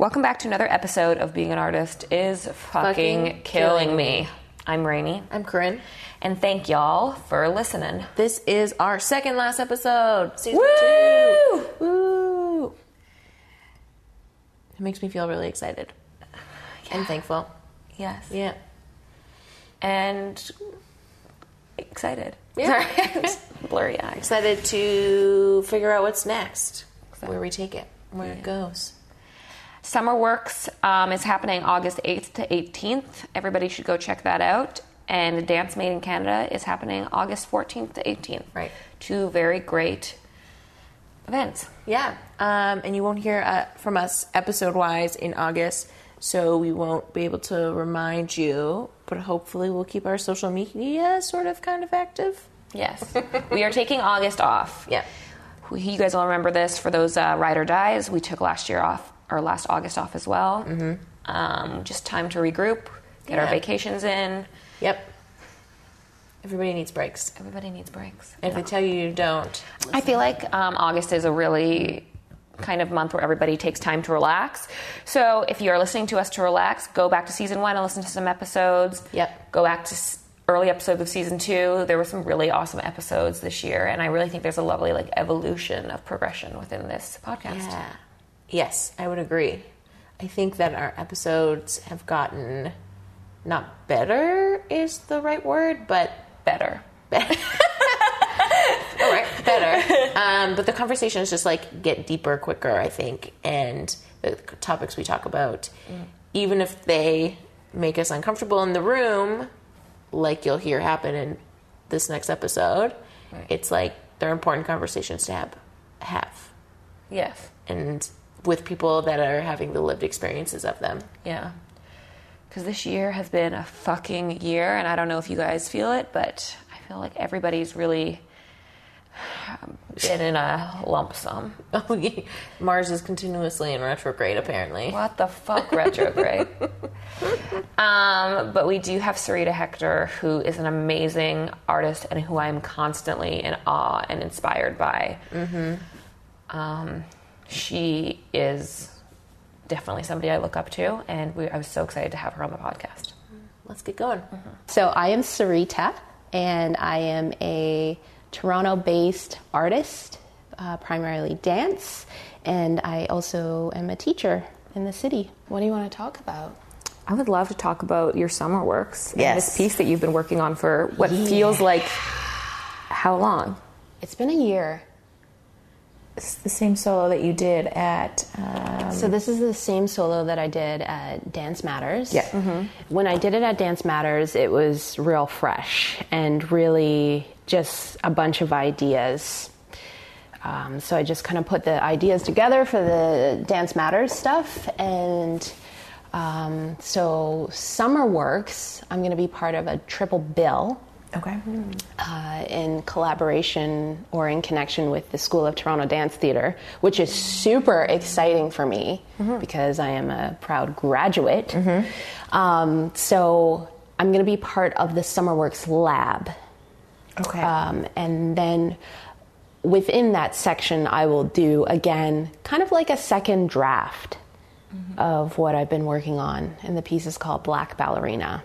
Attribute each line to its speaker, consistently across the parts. Speaker 1: Welcome back to another episode of Being an Artist is fucking,
Speaker 2: Fucking
Speaker 1: killing
Speaker 2: killing
Speaker 1: me. I'm Rainey,
Speaker 2: I'm Corinne.
Speaker 1: and thank y'all for listening.
Speaker 2: This is our second last episode, season
Speaker 1: Woo!
Speaker 2: two. Woo! It makes me feel really excited and thankful.
Speaker 1: Yes.
Speaker 2: Yeah.
Speaker 1: And excited.
Speaker 2: Yeah.
Speaker 1: Sorry. Blurry eyes.
Speaker 2: Excited to figure out what's next, where we take it, where it goes.
Speaker 1: Summer Works um, is happening August 8th to 18th. Everybody should go check that out. And Dance Made in Canada is happening August 14th to 18th.
Speaker 2: Right.
Speaker 1: Two very great events.
Speaker 2: Yeah. Um, and you won't hear uh, from us episode wise in August, so we won't be able to remind you, but hopefully we'll keep our social media sort of kind of active.
Speaker 1: Yes. we are taking August off.
Speaker 2: Yeah.
Speaker 1: We- You guys all remember this for those uh, ride or dies. We took last year off, or last August off as well. Mm-hmm. Um, just time to regroup, get our
Speaker 2: Yeah.
Speaker 1: vacations in.
Speaker 2: Yep. Everybody needs breaks.
Speaker 1: Everybody needs breaks.
Speaker 2: And if they tell you you don't,
Speaker 1: I feel like um, August is a really kind of month where everybody takes time to relax. So if you're listening to us to relax, go back to season one and listen to some episodes.
Speaker 2: Yep.
Speaker 1: Go back to s- early episodes of season two. There were some really awesome episodes this year, and I really think there's a lovely like evolution of progression within this podcast.
Speaker 2: Yeah. Yes, I would agree. I think that our episodes have gotten not better is the right word, but
Speaker 1: Better.
Speaker 2: all right, better. um, but the conversations just like get deeper quicker, I think, and the topics we talk about, even if they make us uncomfortable in the room, like you'll hear happen in this next episode,
Speaker 1: Right.
Speaker 2: it's like they're important conversations to have. have.
Speaker 1: Yes.
Speaker 2: and with people that are having the lived experiences of them.
Speaker 1: Yeah. Because this year has been a fucking year, and I don't know if you guys feel it, but I feel like everybody's really um, been in a lump sum.
Speaker 2: Oh, yeah. Mars is continuously in retrograde, apparently.
Speaker 1: What the fuck, retrograde? um, but we do have Sarita Hector, who is an amazing artist and who I'm constantly in awe and inspired by. Mm-hmm. Um, she is definitely somebody I look up to, and we, I was so excited to have her on the podcast.
Speaker 2: Let's get going.
Speaker 3: Mm-hmm.
Speaker 4: So I am Sarita, and I am a Toronto-based artist, uh, primarily dance, and I also am a teacher in the city. What do you want to talk about?
Speaker 1: I would love to talk about your summer works and
Speaker 4: Yes.
Speaker 1: this piece that you've been working on for what feels like how long?
Speaker 4: It's been a year.
Speaker 5: It's the same solo that you did at. Um,
Speaker 4: So this is the same solo that I did at Dance Matters. Yeah. When I did it at Dance Matters, it was real fresh and really just a bunch of ideas. Um, so I just kind of put the ideas together for the Dance Matters stuff, and um, so Summer Works. I'm going to be part of a triple bill
Speaker 5: okay.
Speaker 4: uh, in collaboration or in connection with the School of Toronto Dance Theatre, which is super exciting for me because I am a proud graduate. Um, so I'm going to be part of the SummerWorks lab.
Speaker 5: Okay.
Speaker 4: Um, and then within that section, I will do again kind of like a second draft of what I've been working on. And the piece is called Black Ballerina.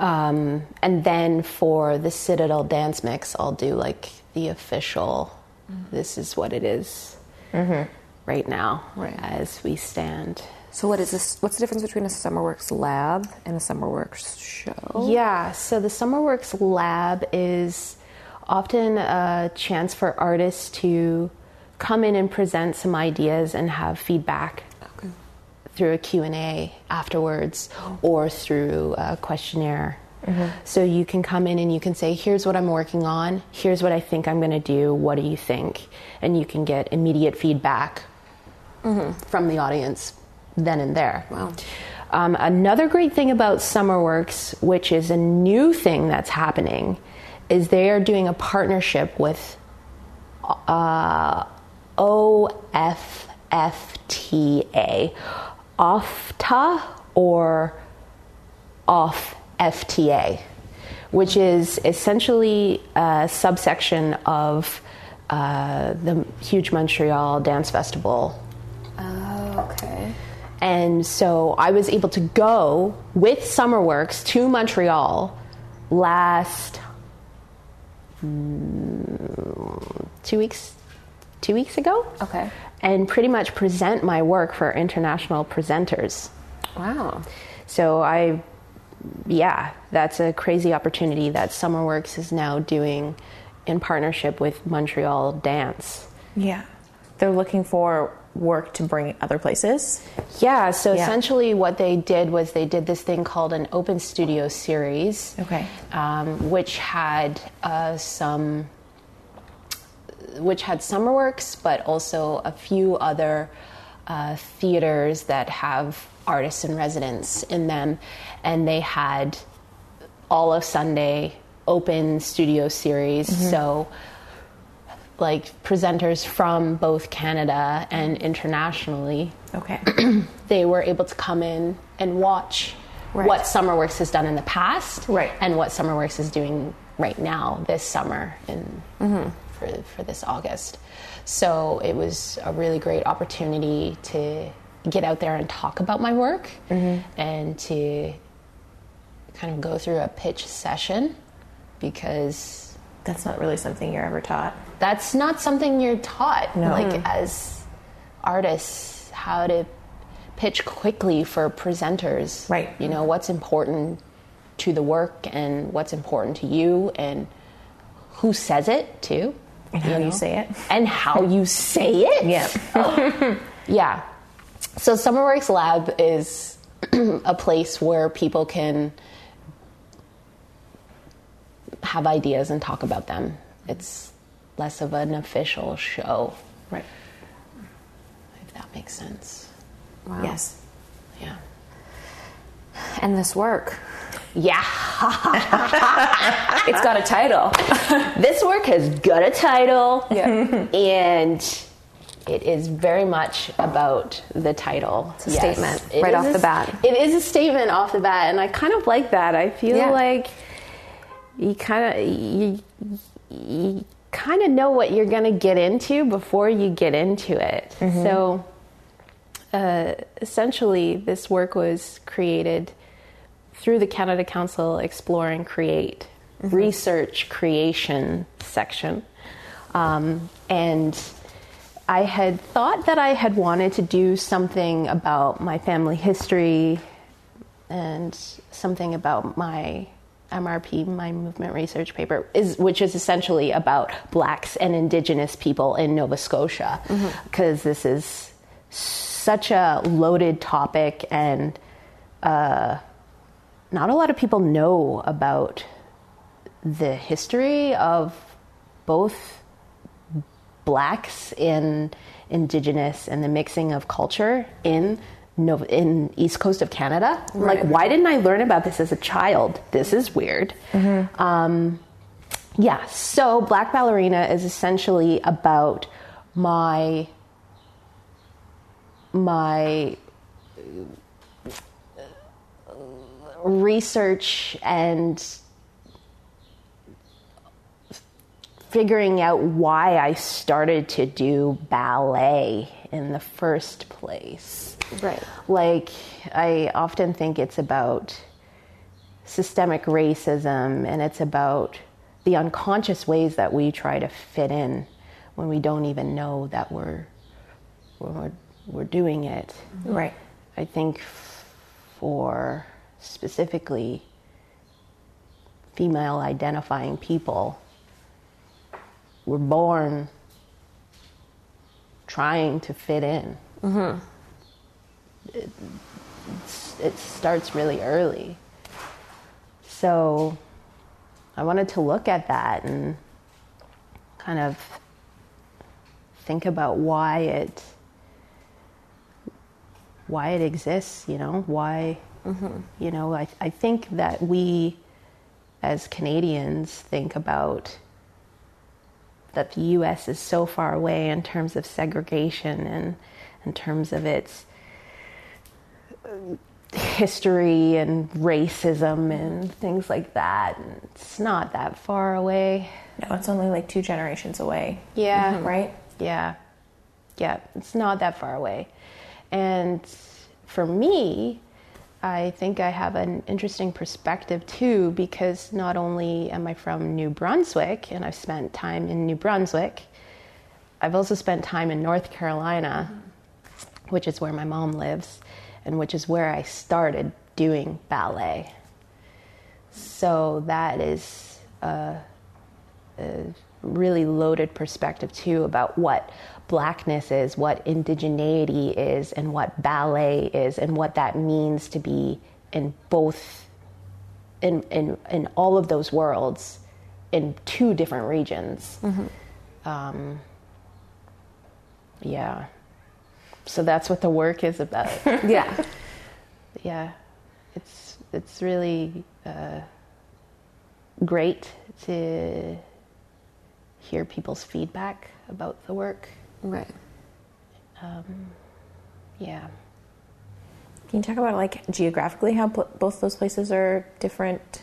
Speaker 4: Um, and then for the Citadel Dance Mix, I'll do like the official, this is what it is right now as we stand.
Speaker 1: So what is this? What's the difference between a summer works lab and a summer works show?
Speaker 4: Yeah, so the SummerWorks Lab is often a chance for artists to come in and present some ideas and have feedback through a Q&A afterwards or through a questionnaire. So you can come in and you can say, here's what I'm working on, here's what I think I'm going to do, what do you think? And you can get immediate feedback from the audience then and there. Wow. Um, another great thing about SummerWorks, which is a new thing that's happening, is they are doing a partnership with uh, OFFTA, OFTA or off FTA, which is essentially a subsection of uh, the huge Montreal Dance Festival And so I was able to go with SummerWorks to Montreal last mm, two weeks two weeks ago.
Speaker 1: Okay.
Speaker 4: And pretty much present my work for international presenters.
Speaker 1: Wow.
Speaker 4: So I, yeah, that's a crazy opportunity that SummerWorks is now doing in partnership with Montreal Dance.
Speaker 3: Yeah. They're looking for work to bring other places.
Speaker 4: Yeah, so
Speaker 3: Yeah.
Speaker 4: essentially what they did was they did this thing called an open studio series.
Speaker 3: Okay.
Speaker 4: Um, which had uh, some, which had SummerWorks, but also a few other uh, theaters that have artists in residence in them, and they had all of Sunday open studio series.
Speaker 3: Mm-hmm.
Speaker 4: So like presenters from both Canada and internationally,
Speaker 3: Okay.
Speaker 4: they were able to come in and watch
Speaker 3: Right.
Speaker 4: what SummerWorks has done in the past
Speaker 3: Right.
Speaker 4: and what SummerWorks is doing right now this summer in,
Speaker 3: Mm-hmm.
Speaker 4: for, for this August. So it was a really great opportunity to get out there and talk about my work
Speaker 3: Mm-hmm.
Speaker 4: and to kind of go through a pitch session because
Speaker 3: That's not really something you're ever taught.
Speaker 4: that's not something you're taught like as artists how to pitch quickly for presenters
Speaker 3: Right.
Speaker 4: you know what's important to the work and what's important to you and who says it to
Speaker 3: And how you say it.
Speaker 4: and how you say it
Speaker 3: Yeah.
Speaker 4: yeah. So SummerWorks Lab is a place where people can have ideas and talk about them. It's less of an official show,
Speaker 3: Right.
Speaker 4: if that makes sense.
Speaker 1: Wow.
Speaker 3: Yes.
Speaker 4: Yeah.
Speaker 1: And this work.
Speaker 4: Yeah.
Speaker 1: It's got a title.
Speaker 4: This work has got a title.
Speaker 1: Yeah.
Speaker 4: and it is very much about the title. It's
Speaker 1: a statement, right off the bat.
Speaker 4: It is a statement off the bat, and I kind of like that. I feel
Speaker 1: Yeah.
Speaker 4: like you kind of you, you kind of know what you're going to get into before you get into it.
Speaker 1: Mm-hmm.
Speaker 4: So uh, essentially, this work was created through the Canada Council Explore and Create Research Creation section. Um, and I had thought that I had wanted to do something about my family history and something about my MRP, my movement research paper, is which is essentially about blacks and indigenous people in Nova Scotia, because this is such a loaded topic and uh, not a lot of people know about the history of both blacks in indigenous and the mixing of culture in Nova, in east coast of canada like why didn't i learn about this as a child this is weird um, yeah so black ballerina is essentially about my my uh, research and figuring out why I started to do ballet in the first place.
Speaker 1: Right.
Speaker 4: Like, I often think it's about systemic racism and it's about the unconscious ways that we try to fit in when we don't even know that we're, when we're, we're doing it.
Speaker 3: Right.
Speaker 4: I think f- for specifically female identifying people, we're born trying to fit in.
Speaker 6: Mm-hmm.
Speaker 4: It, it starts really early. So I wanted to look at that and kind of think about why it why it exists, you know, why, you know, I, I think that we as Canadians think about that the US is so far away in terms of segregation and in terms of its um, history and racism and things like that. And It's not that far away.
Speaker 3: No, it's only like two generations away.
Speaker 4: Yeah.
Speaker 3: Oh. Mm-hmm. Right?
Speaker 4: Yeah. Yeah. It's not that far away. And
Speaker 6: for me, I think I have an interesting perspective too, because not only am I from New Brunswick and I've spent time in New Brunswick, I've also spent time in North Carolina, which is where my mom lives, and which is where I started doing ballet. So that is a, a really loaded perspective too about what blackness is, what indigeneity is, and what ballet is, and what that means to be in both in in in all of those worlds in two different regions. Um, yeah. So that's what the work is about.
Speaker 2: Yeah.
Speaker 6: yeah, it's it's really uh, great to hear people's feedback about the work.
Speaker 2: right.
Speaker 6: Yeah.
Speaker 3: Can you talk about like geographically how pl- both those places are different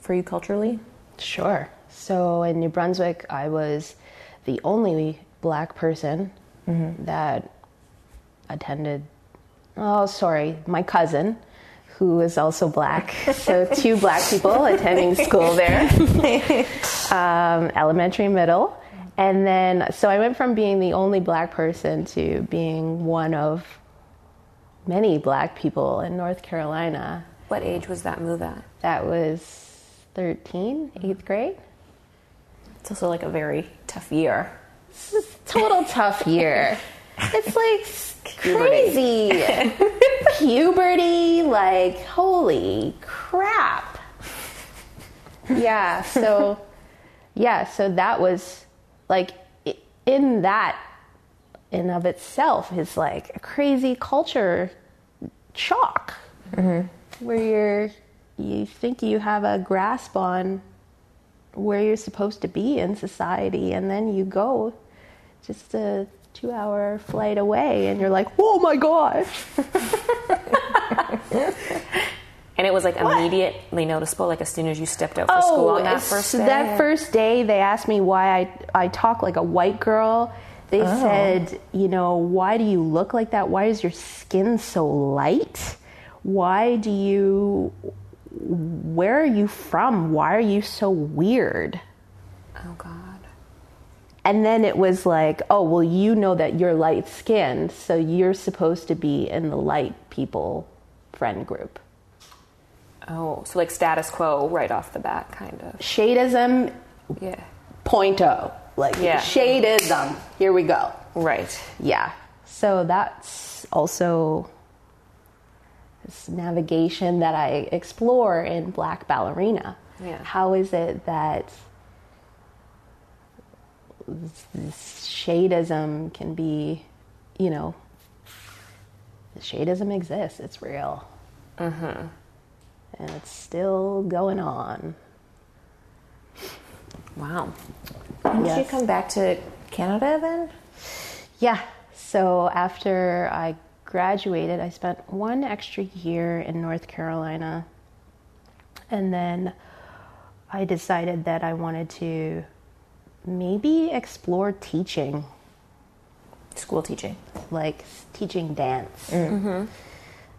Speaker 3: for you culturally?
Speaker 6: Sure. So in New Brunswick, I was the only black person that attended. Oh, sorry, my cousin, who is also black. so two black people attending school there, um, elementary, middle. And then, so I went from being the only black person to being one of many black people in North Carolina.
Speaker 1: What age was that move at?
Speaker 6: That was 13, eighth grade.
Speaker 3: It's also like a very tough year.
Speaker 6: total tough year. It's like s- crazy puberty. Like holy crap. Yeah. So yeah. So that was like i- in that in of itself is like a crazy culture shock where you're you think you have a grasp on where you're supposed to be in society and then you go just a two hour flight away and you're like oh my gosh
Speaker 1: And it was like immediately noticeable, like as soon as you stepped out for school on that
Speaker 6: Oh, it's-
Speaker 1: first day.
Speaker 6: that first day they asked me why i, I talk like a white girl they
Speaker 1: Oh.
Speaker 6: said you know why do you look like that why is your skin so light why do you where are you from why are you so weird
Speaker 1: oh God.
Speaker 6: And then it was like, oh, well, you know that you're light skinned, so you're supposed to be in the light people friend group.
Speaker 1: Oh, so like status quo right off the bat, kind of.
Speaker 6: Shadeism
Speaker 1: Yeah.
Speaker 6: point oh. Like,
Speaker 1: Yeah.
Speaker 6: shadeism. Here we go.
Speaker 1: Right.
Speaker 6: Yeah. So that's also this navigation that I explore in Black Ballerina.
Speaker 1: Yeah.
Speaker 6: How is it that this shadeism can be, you know, shadeism exists, it's real. Mm-hmm. And it's still going on.
Speaker 1: Wow.
Speaker 3: Did you
Speaker 6: Yes.
Speaker 3: come back to Canada then?
Speaker 6: Yeah. So after I graduated, I spent one extra year in North Carolina. And then I decided that I wanted to maybe explore teaching,
Speaker 3: School teaching.
Speaker 6: like s- teaching dance.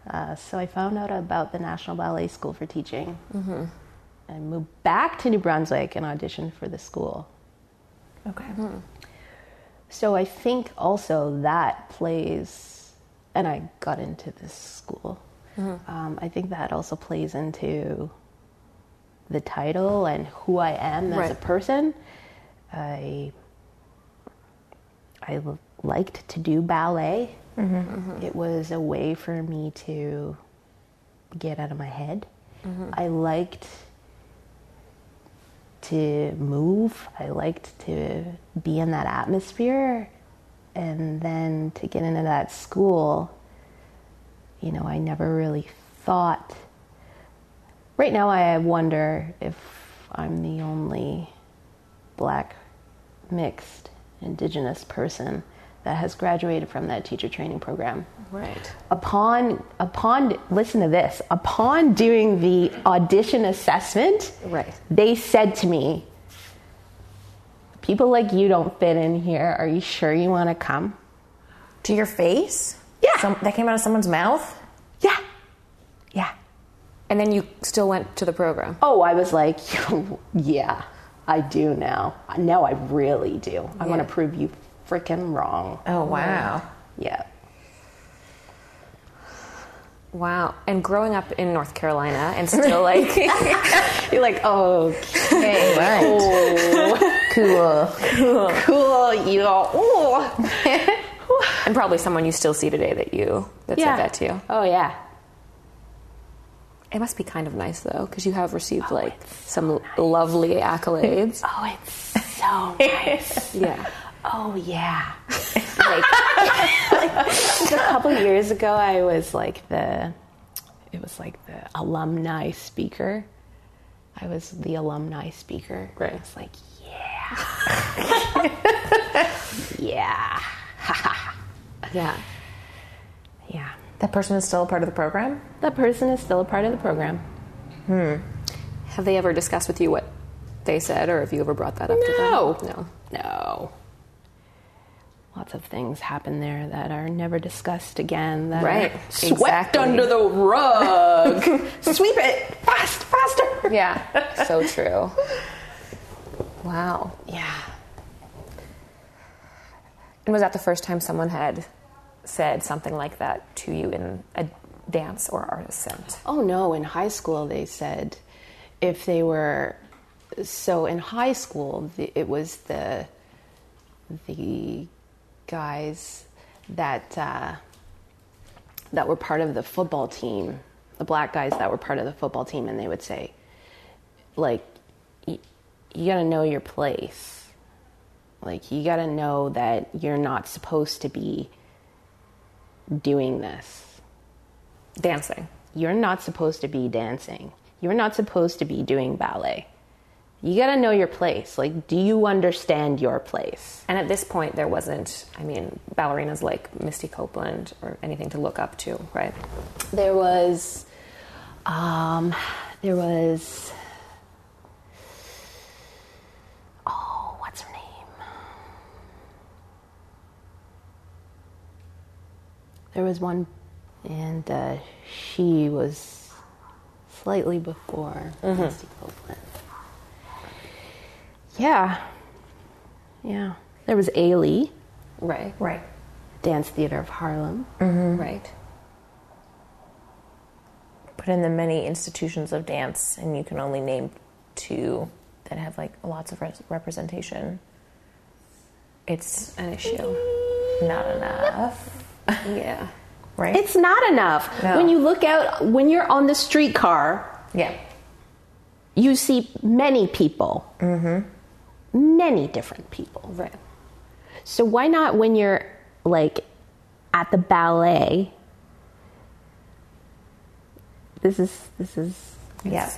Speaker 6: Uh, so I found out about the National Ballet School for Teaching. I moved back to New Brunswick and auditioned for the school.
Speaker 3: Okay.
Speaker 6: So I think also that plays, and I got into this school. Um, I think that also plays into the title and who I am as a
Speaker 1: Right.
Speaker 6: person. I I l- liked to do ballet. It was a way for me to get out of my head. I liked to move. I liked to be in that atmosphere. And then to get into that school, you know, I never really thought. Right now, I wonder if I'm the only black, mixed, indigenous person that has graduated from that teacher training program
Speaker 1: Right.
Speaker 6: upon upon listen to this upon doing the audition assessment
Speaker 1: Right.
Speaker 6: they said to me people like you don't fit in here are you sure you want to come
Speaker 3: To your face?
Speaker 6: Yeah.
Speaker 3: Some, that came out of someone's mouth?
Speaker 1: And then you still went to the program.
Speaker 6: Oh, I was like, yeah, I do now. Now I really do. I want to prove you freaking wrong.
Speaker 3: Oh wow.
Speaker 6: Yeah.
Speaker 1: Wow. And growing up in North Carolina and still like
Speaker 6: You're like, okay, cool, cool, cool, you all, ooh.
Speaker 1: and probably someone you still see today that you that
Speaker 6: Yeah.
Speaker 1: said that to you.
Speaker 6: Oh yeah.
Speaker 1: It must be kind of nice though, because you have received like some lovely accolades.
Speaker 6: Oh, it's so nice.
Speaker 1: yeah.
Speaker 6: oh yeah. Like, a couple years ago, I was like the, it was like the alumni speaker. I was the alumni speaker.
Speaker 1: Right.
Speaker 6: It's like, yeah, yeah,
Speaker 1: Yeah.
Speaker 6: yeah.
Speaker 3: That person is still a part of the program? Hmm.
Speaker 6: That person is still a part of the program.
Speaker 1: Have they ever discussed with you what they said, or have you ever brought that up
Speaker 6: No.
Speaker 1: to them? No.
Speaker 6: No. Lots of things happen there that are never discussed again. That
Speaker 1: Right.
Speaker 6: Are swept
Speaker 1: Exactly.
Speaker 6: under the rug. Sweep it fast, faster.
Speaker 1: Yeah. so true. Wow.
Speaker 6: Yeah.
Speaker 1: And was that the first time someone had said something like that to you in a dance or art ascent?
Speaker 6: Oh no, in high school they said if they were so in high school the, it was the the guys that uh, that were part of the football team, the black guys that were part of the football team and they would say like y- you got to know your place. Like you got to know that you're not supposed to be doing this
Speaker 1: Dancing.
Speaker 6: you're not supposed to be dancing. You're not supposed to be doing ballet. You gotta know your place. Like, do you understand your place?
Speaker 1: And at this point, there wasn't, I mean, ballerinas like Misty Copeland or anything to look up to, right?
Speaker 6: There was, um, there was, oh, what's her name? There was one, and uh, she was slightly before Misty Copeland. Yeah, yeah. There was Ailey,
Speaker 1: Right.
Speaker 3: Right.
Speaker 6: Dance Theater of Harlem.
Speaker 1: Right.
Speaker 3: Put in the many institutions of dance and you can only name two that have like lots of res- representation. It's
Speaker 1: An issue.
Speaker 3: not enough,
Speaker 1: Yeah.
Speaker 3: right?
Speaker 6: It's not enough.
Speaker 3: No.
Speaker 6: When you look out, when you're on the streetcar,
Speaker 3: yeah.
Speaker 6: you see many people, mm-hmm. many different people.
Speaker 1: Right.
Speaker 6: So why not when you're like at the ballet? This is this is
Speaker 3: Yeah.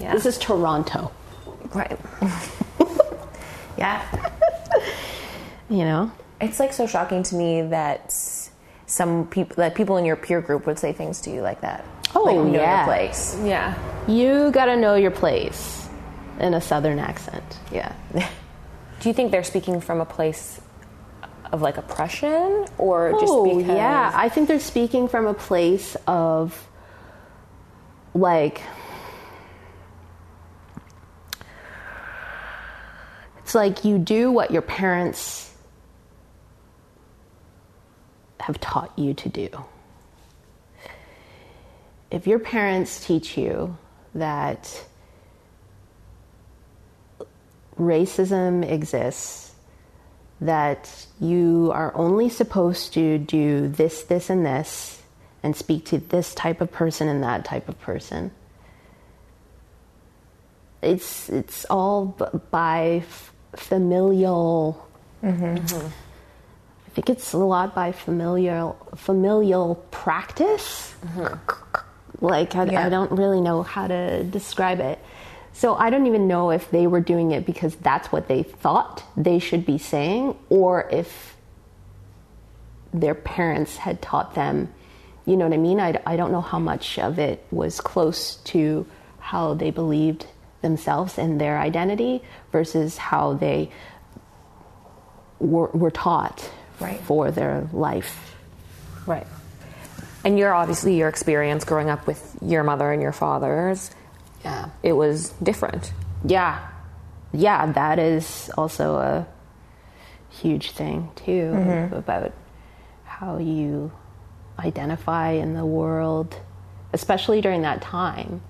Speaker 1: Yeah.
Speaker 6: this is Toronto,
Speaker 1: right.
Speaker 3: Yeah.
Speaker 6: you know.
Speaker 3: It's like so shocking to me that s- some people, that people in your peer group would say things to you like that.
Speaker 6: Oh,
Speaker 3: like, know
Speaker 6: yeah.
Speaker 3: your place.
Speaker 1: Yeah.
Speaker 6: You gotta know your place in a southern accent.
Speaker 3: Yeah.
Speaker 1: Do you think they're speaking from a place of like oppression or
Speaker 6: oh,
Speaker 1: just because?
Speaker 6: yeah i think they're speaking from a place of like it's like you do what your parents have taught you to do if your parents teach you that racism exists that you are only supposed to do this, this, and this, and speak to this type of person and that type of person. It's it's all b- by f- familial. I think it's a lot by familial familial practice. Like I, I
Speaker 3: Yeah.
Speaker 6: don't really know how to describe it. So I don't even know if they were doing it because that's what they thought they should be saying, or if their parents had taught them. You know what I mean? I, I don't know how much of it was close to how they believed themselves and their identity versus how they were, were taught
Speaker 3: Right.
Speaker 6: for their life.
Speaker 1: Right. And you're obviously your experience growing up with your mother and your father's,
Speaker 2: Yeah.
Speaker 1: it was different.
Speaker 6: yeah yeah that is also a huge thing too about how you identify in the world especially during that time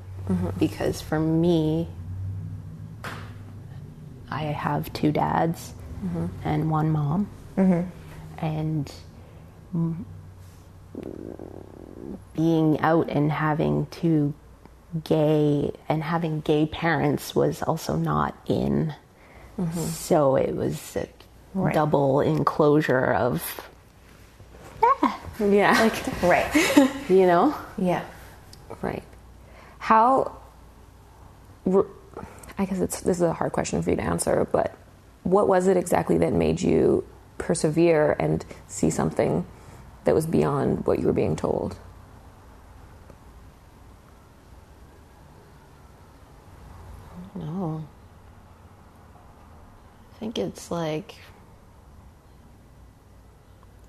Speaker 6: because for me i have two dads and one mom and mm, being out and having to gay and having gay parents was also not in. So it was a double enclosure of,
Speaker 1: Yeah.
Speaker 3: Right.
Speaker 6: you know?
Speaker 3: Yeah.
Speaker 1: Right. How? r- I guess it's this is a hard question for you to answer, but what was it exactly that made you persevere and see something that was beyond what you were being told?
Speaker 6: No. I think it's like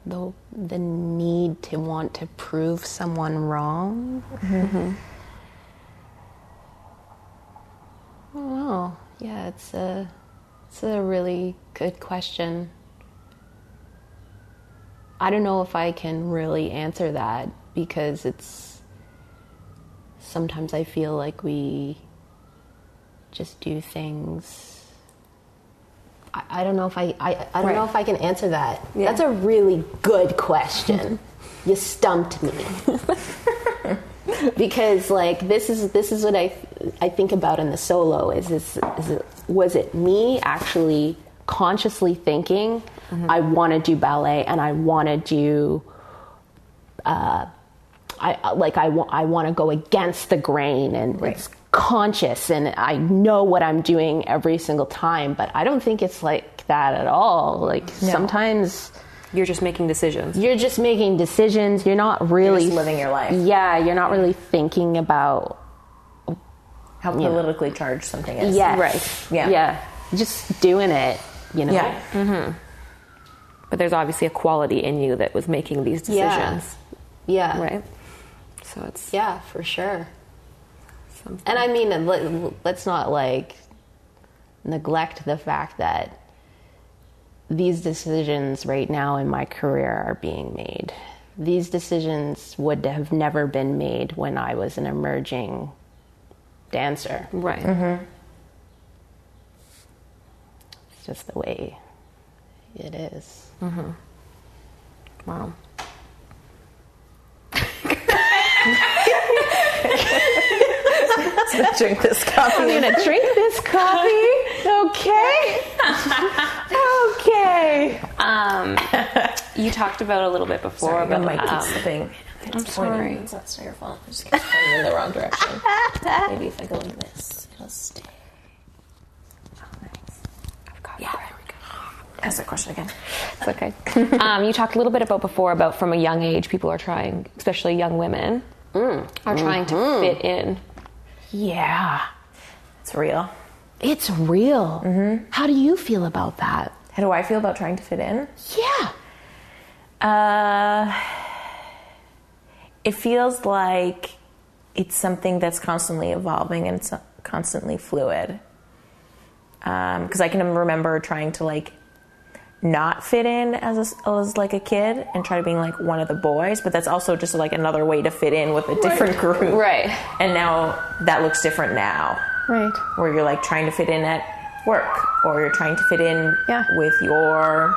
Speaker 6: the the need to want to prove someone wrong. I don't know. Yeah, it's a it's a really good question. I don't know if I can really answer that because it's sometimes I feel like we just do things. I, I don't know if I, I, I don't know
Speaker 1: Right.
Speaker 6: if I can answer that.
Speaker 1: Yeah.
Speaker 6: That's a really good question. you stumped me. because like this is this is what I I think about in the solo is this is it, was it me actually consciously thinking
Speaker 1: Mm-hmm.
Speaker 6: I want to do ballet and I want to do uh, I like I want I want to go against the grain and it's conscious and I know what I'm doing every single time but I don't think it's like that at all like sometimes
Speaker 1: You're just making decisions.
Speaker 6: you're just making decisions you're not really
Speaker 3: just living your life.
Speaker 6: yeah you're not really thinking about
Speaker 3: How politically charged something is.
Speaker 6: yes
Speaker 3: Right. Yeah.
Speaker 6: yeah just doing it you know
Speaker 3: Yeah.
Speaker 1: But there's obviously a quality in you that was making these
Speaker 6: yeah
Speaker 1: decisions,
Speaker 6: yeah
Speaker 1: right? So it's
Speaker 6: yeah for sure
Speaker 1: something.
Speaker 6: And I mean, let- let's not like neglect the fact that these decisions right now in my career are being made. These decisions would have never been made when I was an emerging dancer.
Speaker 1: right.
Speaker 6: It's just the way it is.
Speaker 1: Wow.
Speaker 3: Drink this coffee.
Speaker 6: I'm gonna drink this coffee, okay? okay.
Speaker 1: Um, you talked about a little bit before
Speaker 3: Sorry, the
Speaker 1: about
Speaker 3: mic
Speaker 1: um,
Speaker 3: keeps slipping. It's I'm
Speaker 1: sorry.
Speaker 3: It's not your fault. It just keeps pointing in the wrong direction. Maybe if I go like this, it'll stay. Yeah. Ask that question again.
Speaker 1: It's okay. um, you talked a little bit about before about from a young age, people are trying, especially young women,
Speaker 3: Mm.
Speaker 1: are trying
Speaker 3: Mm-hmm.
Speaker 1: to fit in.
Speaker 6: Yeah,
Speaker 3: It's real.
Speaker 6: it's real. How do you feel about that?
Speaker 3: How do I feel about trying to fit in?
Speaker 6: Yeah.
Speaker 3: Uh, it feels like it's something that's constantly evolving and it's constantly fluid. Because I can remember trying to like not fit in as a, as like a kid and try to being like one of the boys, but that's also just like another way to fit in with a different group.
Speaker 1: Right.
Speaker 3: And now that looks different now,
Speaker 6: Right.
Speaker 3: where you're like trying to fit in at work or you're trying to fit in
Speaker 6: Yeah.
Speaker 3: with your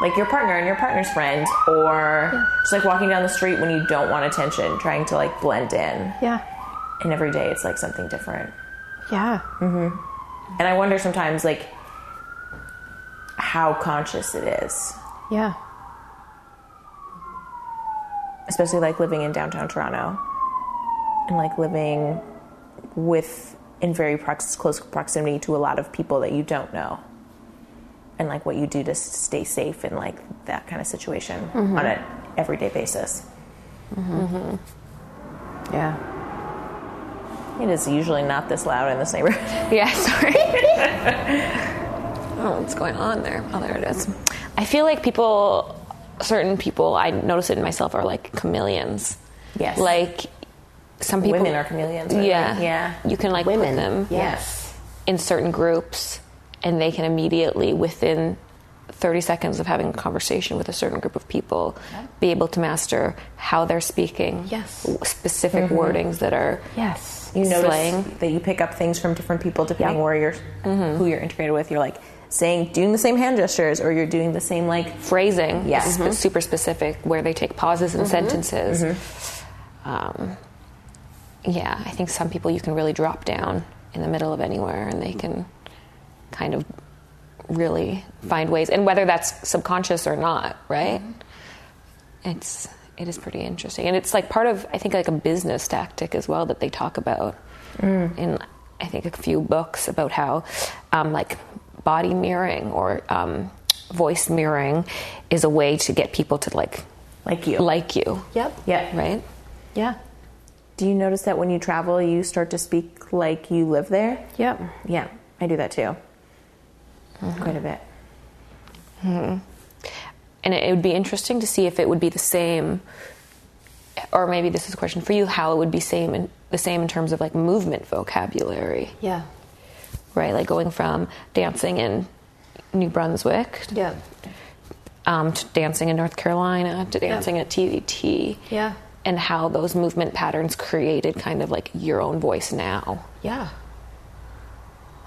Speaker 3: like your partner and your partner's friends or just like walking down the street when you don't want attention trying to like blend in
Speaker 6: Yeah.
Speaker 3: and every day it's like something different Mm-hmm.
Speaker 6: Yeah.
Speaker 3: and i wonder sometimes like how conscious it is
Speaker 6: Yeah.
Speaker 3: especially like living in downtown Toronto and like living with in very prox- close proximity to a lot of people that you don't know and like what you do to s- stay safe in like that kind of situation on an everyday basis.
Speaker 6: Yeah.
Speaker 3: It is usually not this loud in this neighborhood.
Speaker 1: Yeah, sorry. oh, what's going on there? Oh, there it is. I feel like people, certain people, I notice it in myself, are like chameleons.
Speaker 3: Yes.
Speaker 1: Like some people
Speaker 3: Women are chameleons, right?
Speaker 1: Yeah,
Speaker 3: Yeah.
Speaker 1: You can like put
Speaker 6: Women.
Speaker 1: them
Speaker 6: Yes.
Speaker 1: in certain groups, and they can immediately within. 30 seconds of having a conversation with a certain group of people be able to master how they're speaking
Speaker 6: Yes.
Speaker 1: w- specific wordings that are
Speaker 6: Yes.
Speaker 3: you notice
Speaker 1: slang.
Speaker 3: that you pick up things from different people depending
Speaker 6: Yeah.
Speaker 3: where you're who you're integrated with you're like saying doing the same hand gestures or you're doing the same like
Speaker 1: phrasing
Speaker 3: Yeah.
Speaker 1: sp- super specific where they take pauses in sentences um, yeah i think some people you can really drop down in the middle of anywhere and they can kind of really find ways and whether that's subconscious or not right it's it is pretty interesting and it's like part of i think like a business tactic as well that they talk about in i think a few books about how um, like body mirroring or um, voice mirroring is a way to get people to like
Speaker 3: like you
Speaker 1: like you
Speaker 6: Yep.
Speaker 3: yeah
Speaker 1: right
Speaker 6: Yeah.
Speaker 3: do you notice that when you travel you start to speak like you live there
Speaker 6: Yep.
Speaker 3: yeah i do that too quite a bit
Speaker 1: and it, it would be interesting to see if it would be the same or maybe this is a question for you how it would be same in, the same in terms of like movement vocabulary
Speaker 6: Yeah.
Speaker 1: right like going from dancing in new brunswick
Speaker 6: Yep.
Speaker 1: um, to dancing in North Carolina, to dancing at TVT.
Speaker 6: Yeah.
Speaker 1: And how those movement patterns created kind of like your own voice now.
Speaker 6: Yeah.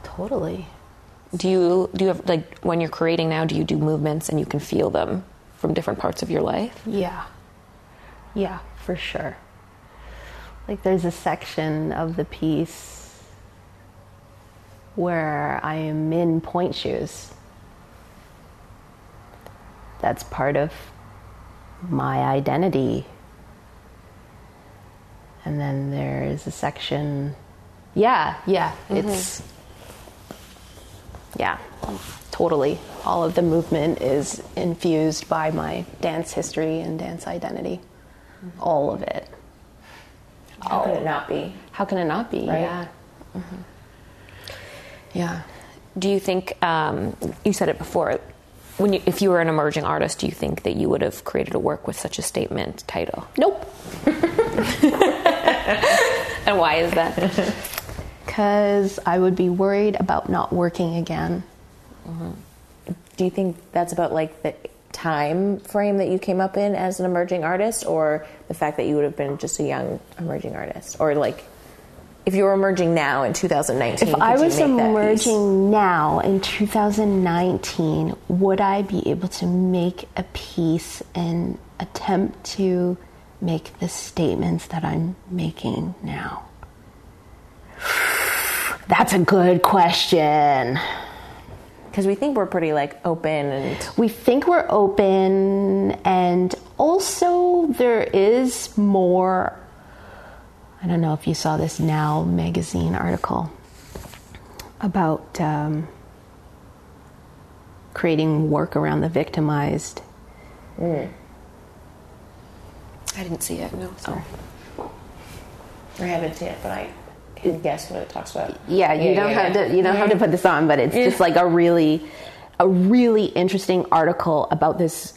Speaker 6: Totally.
Speaker 1: Do you do you have like when you're creating now? Do you do movements and you can feel them from different parts of your life?
Speaker 6: Yeah. Yeah, for sure. Like there's a section of the piece where I am in point shoes. That's part of my identity. And then there's a section Yeah, yeah, it's yeah, totally. All of the movement is infused by my dance history and dance identity. All of it.
Speaker 3: how could it not be
Speaker 6: How can it not be?
Speaker 3: Right.
Speaker 6: Yeah.
Speaker 1: Yeah. Do you think um, you said it before? When you, if you were an emerging artist, do you think that you would have created a work with such a statement title?
Speaker 6: Nope.
Speaker 1: And why is that?
Speaker 6: Because I would be worried about not working again.
Speaker 3: do you think that's about like the time frame that you came up in as an emerging artist or the fact that you would have been just a young emerging artist or like if you were emerging now in 2019
Speaker 6: If
Speaker 3: could
Speaker 6: I
Speaker 3: you
Speaker 6: was
Speaker 3: make that piece?
Speaker 6: emerging now in 2019, would I be able to make a piece and attempt to make the statements that I'm making now? That's a good question.
Speaker 3: because we think we're pretty like open and
Speaker 6: we think we're open and also there is more i don't know if you saw this now magazine article about um, creating work around the victimized
Speaker 1: I didn't see it. No. Sorry.
Speaker 3: I haven't seen it, but I can guess what it talks about.
Speaker 6: yeah, you don't have to you don't have to put this on, but it's just like a really a really interesting article about this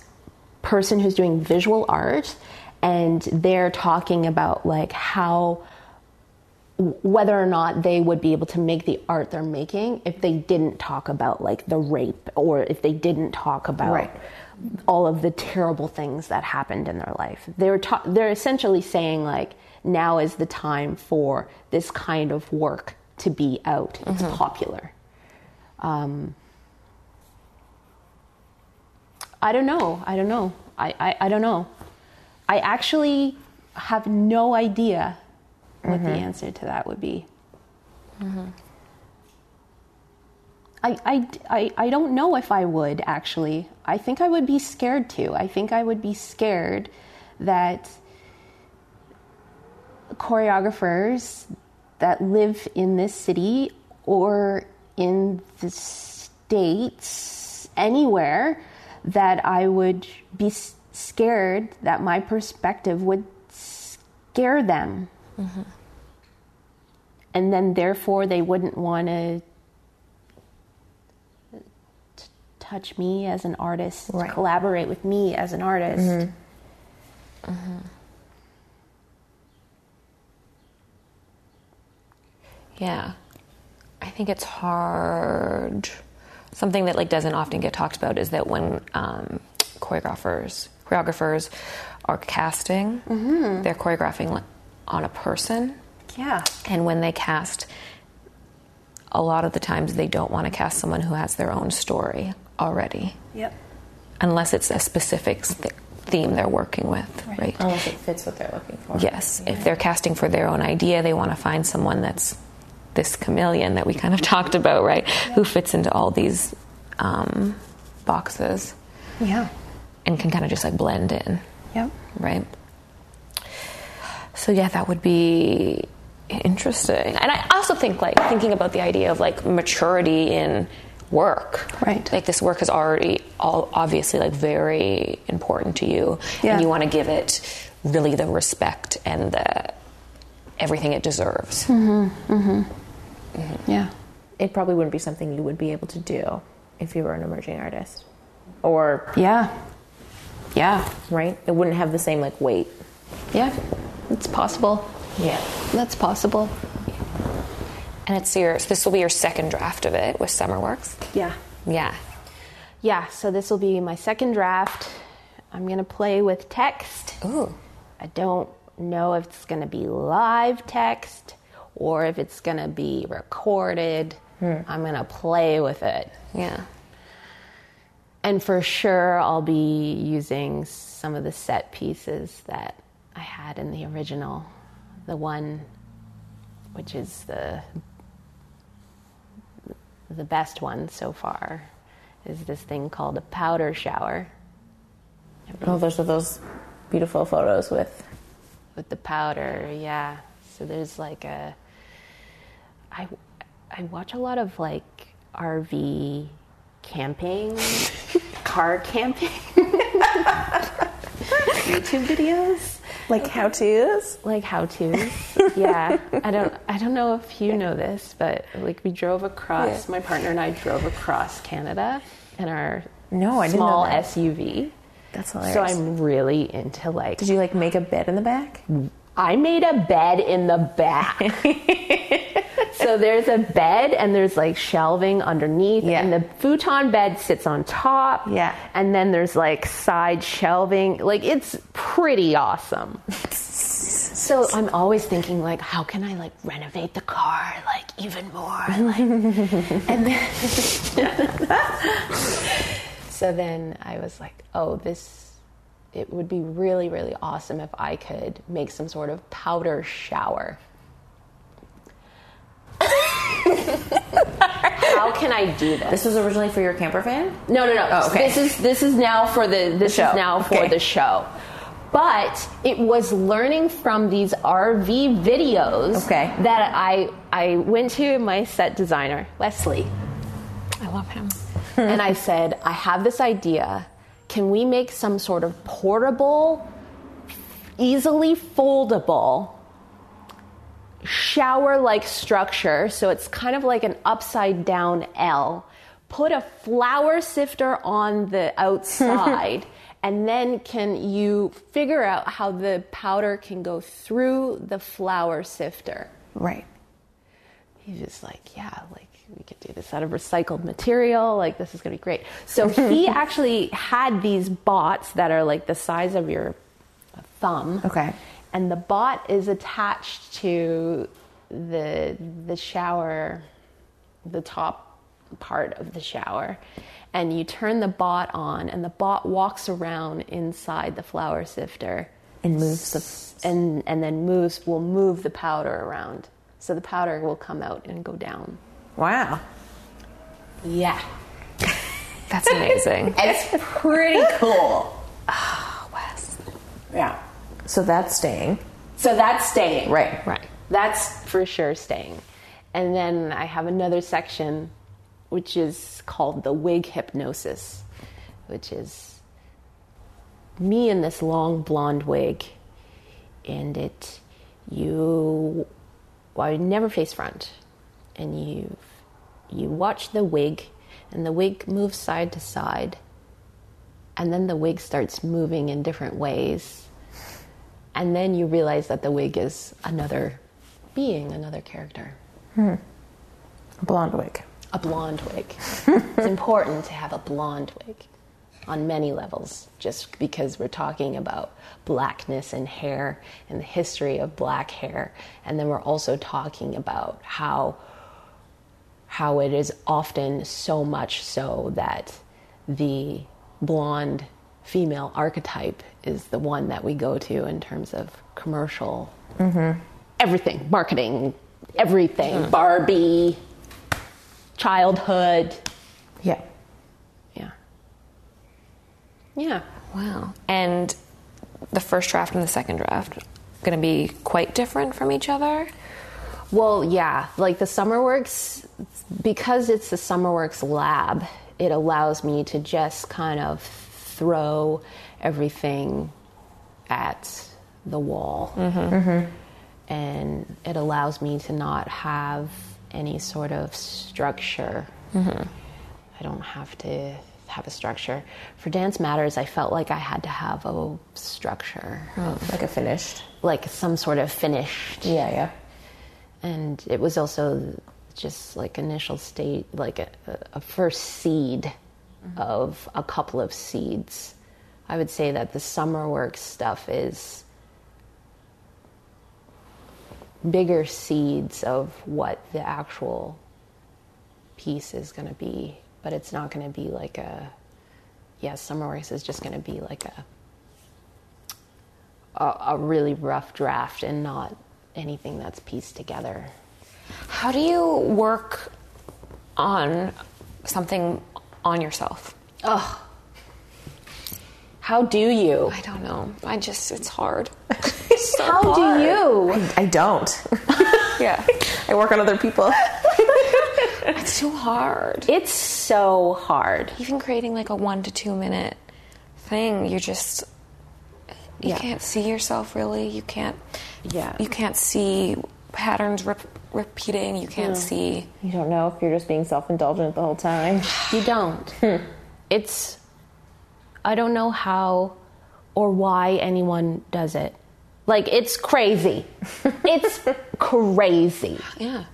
Speaker 6: person who's doing visual art and they're talking about like how whether or not they would be able to make the art they're making if they didn't talk about like the rape or if they didn't talk about
Speaker 3: Right.
Speaker 6: all of the terrible things that happened in their life. They're ta- they're essentially saying like now is the time for this kind of work to be out. It's popular. Um, I don't know. I don't know. I, I, I don't know. I actually have no idea what the answer to that would be. I, I, I, I don't know if I would actually. I think I would be scared to. I think I would be scared that choreographers that live in this city or in the states, anywhere, that I would be s- scared that my perspective would scare them. And then, therefore, they wouldn't want to touch me as an artist,
Speaker 3: Right.
Speaker 6: collaborate with me as an artist.
Speaker 1: Yeah. I think it's hard. Something that like doesn't often get talked about is that when um, choreographers choreographers are casting, they're choreographing like, on a person,
Speaker 6: Yeah.
Speaker 1: and when they cast, a lot of the times they don't want to cast someone who has their own story already,
Speaker 6: Yep.
Speaker 1: unless it's a specific s- theme they're working with, right?
Speaker 2: Oh, Unless it fits what they're looking for.
Speaker 1: Yes, if they're casting for their own idea, they want to find someone that's this chameleon that we kind of talked about, right? Who fits into all these um, boxes
Speaker 6: Yeah.
Speaker 1: and can kind of just like blend in,
Speaker 6: Yep.
Speaker 1: right? So yeah, that would be interesting. And I also think like thinking about the idea of like maturity in work.
Speaker 6: Right.
Speaker 1: Like this work is already all obviously like very important to you
Speaker 6: Yeah.
Speaker 1: and you want to give it really the respect and the everything it deserves.
Speaker 6: Hmm. Yeah.
Speaker 2: It probably wouldn't be something you would be able to do if you were an emerging artist. Or,
Speaker 6: Yeah. Yeah.
Speaker 2: right? It wouldn't have the same, like, weight.
Speaker 6: Yeah. It's possible.
Speaker 2: Yeah.
Speaker 6: That's possible.
Speaker 1: And it's your so this will be your second draft of it with Summerworks.
Speaker 6: Yeah.
Speaker 1: Yeah.
Speaker 6: Yeah. So this will be my second draft. I'm gonna play with text.
Speaker 1: Ooh.
Speaker 6: I don't know if it's going to be live text or if it's going to be recorded. I'm going to play with it.
Speaker 1: Yeah.
Speaker 6: And for sure, I'll be using some of the set pieces that I had in the original. The one which is the the best one so far is this thing called a powder shower
Speaker 2: Oh, those are those beautiful photos with.
Speaker 6: with the powder yeah so there's like a i i watch a lot of like rv camping car camping youtube videos
Speaker 3: Like how to's?
Speaker 6: like how to's yeah i don't i don't know if you know this but like we drove across my partner and i drove across canada in our
Speaker 3: No, I didn't know
Speaker 6: small
Speaker 3: that.
Speaker 6: suv
Speaker 3: That's hilarious.
Speaker 6: so i'm really into like
Speaker 3: Did you like make a bed in the back?
Speaker 6: I made a bed in the back. so there's a bed and there's like shelving underneath
Speaker 3: Yeah.
Speaker 6: and the futon bed sits on top.
Speaker 3: Yeah.
Speaker 6: And then there's like side shelving. Like it's pretty awesome. so I'm always thinking like how can I like renovate the car like even more? Like and then So then I was like, oh, this it would be really, really awesome if I could make some sort of powder shower. How can I do this?
Speaker 2: This was originally for your camper van?
Speaker 6: No, no, no.
Speaker 2: Oh, okay.
Speaker 6: This is this is now for the this
Speaker 2: show.
Speaker 6: is now
Speaker 2: Okay.
Speaker 6: for the show. But it was learning from these RV videos
Speaker 2: Okay.
Speaker 6: that I I went to my set designer Wesley
Speaker 1: I love him.
Speaker 2: Hmm.
Speaker 6: and I said, I have this idea. Can we make some sort of portable, easily foldable shower like structure? So it's kind of like an upside down L. Put a flower sifter on the outside. And then can you figure out how the powder can go through the flower sifter?
Speaker 3: Right.
Speaker 6: he's just like, yeah, like we could do this out of recycled material. Like this is gonna be great. So he actually had these bots that are like the size of your thumb.
Speaker 3: Okay.
Speaker 6: And the bot is attached to the the shower, the top part of the shower. And you turn the bot on, and the bot walks around inside the flour sifter
Speaker 3: And moves the
Speaker 6: and and then moves will move the powder around. So the powder will come out and go down.
Speaker 3: Wow.
Speaker 6: Yeah.
Speaker 1: That's amazing.
Speaker 3: It's pretty cool.
Speaker 2: Oh,
Speaker 1: Wes.
Speaker 3: Yeah. So that's staying.
Speaker 6: So that's staying.
Speaker 3: Right.
Speaker 1: Right.
Speaker 6: That's for sure staying. And then I have another section which is called the wig hypnosis, which is me in this long blonde wig and it you well, you never face front and you you watch the wig and the wig moves side to side and then the wig starts moving in different ways and then you realize that the wig is another being another character
Speaker 3: A blonde wig.
Speaker 6: A blonde wig. it's important to have a blonde wig on many levels, just because we're talking about blackness and hair and the history of black hair. And then we're also talking about how how it is often so much so that the blonde female archetype is the one that we go to in terms of commercial everything, marketing, everything, Barbie, childhood.
Speaker 3: Yeah.
Speaker 6: Yeah. Yeah.
Speaker 1: Wow. And the first draft and the second draft going to be quite different from each other.
Speaker 6: Well, yeah, like the SummerWorks, because it's the SummerWorks lab, it allows me to just kind of throw everything at the wall. Mm-hmm. And it allows me to not have any sort of structure. I don't have to have a structure. For Dance Matters, I felt like I had to have a structure,
Speaker 3: Like a finished.
Speaker 6: like some sort of finished
Speaker 3: Yeah, yeah.
Speaker 6: and it was also just like initial state like a, a first seed
Speaker 3: Mm-hmm.
Speaker 6: of a couple of seeds i would say that the summer work stuff is bigger seeds of what the actual piece is going to be but it's not going to be like a yeah summer works is just going to be like a a, a really rough draft and not anything that's pieced together.
Speaker 1: How do you work on something on yourself?
Speaker 6: How do you?
Speaker 1: I don't know. I just, it's hard.
Speaker 6: How do you?
Speaker 3: I don't.
Speaker 1: Yeah.
Speaker 3: I work on other people.
Speaker 1: It's too hard.
Speaker 6: It's so hard.
Speaker 1: Even creating like a one to two minute thing, you're just, you
Speaker 6: Yeah.
Speaker 1: can't see yourself really. You can't,
Speaker 6: Yeah.
Speaker 1: you can't see patterns rep- repeating. You can't see.
Speaker 3: You don't know if you're just being self indulgent the whole time.
Speaker 6: You don't. it's. I don't know how or why anyone does it. Like, it's crazy. it's crazy.
Speaker 1: Yeah.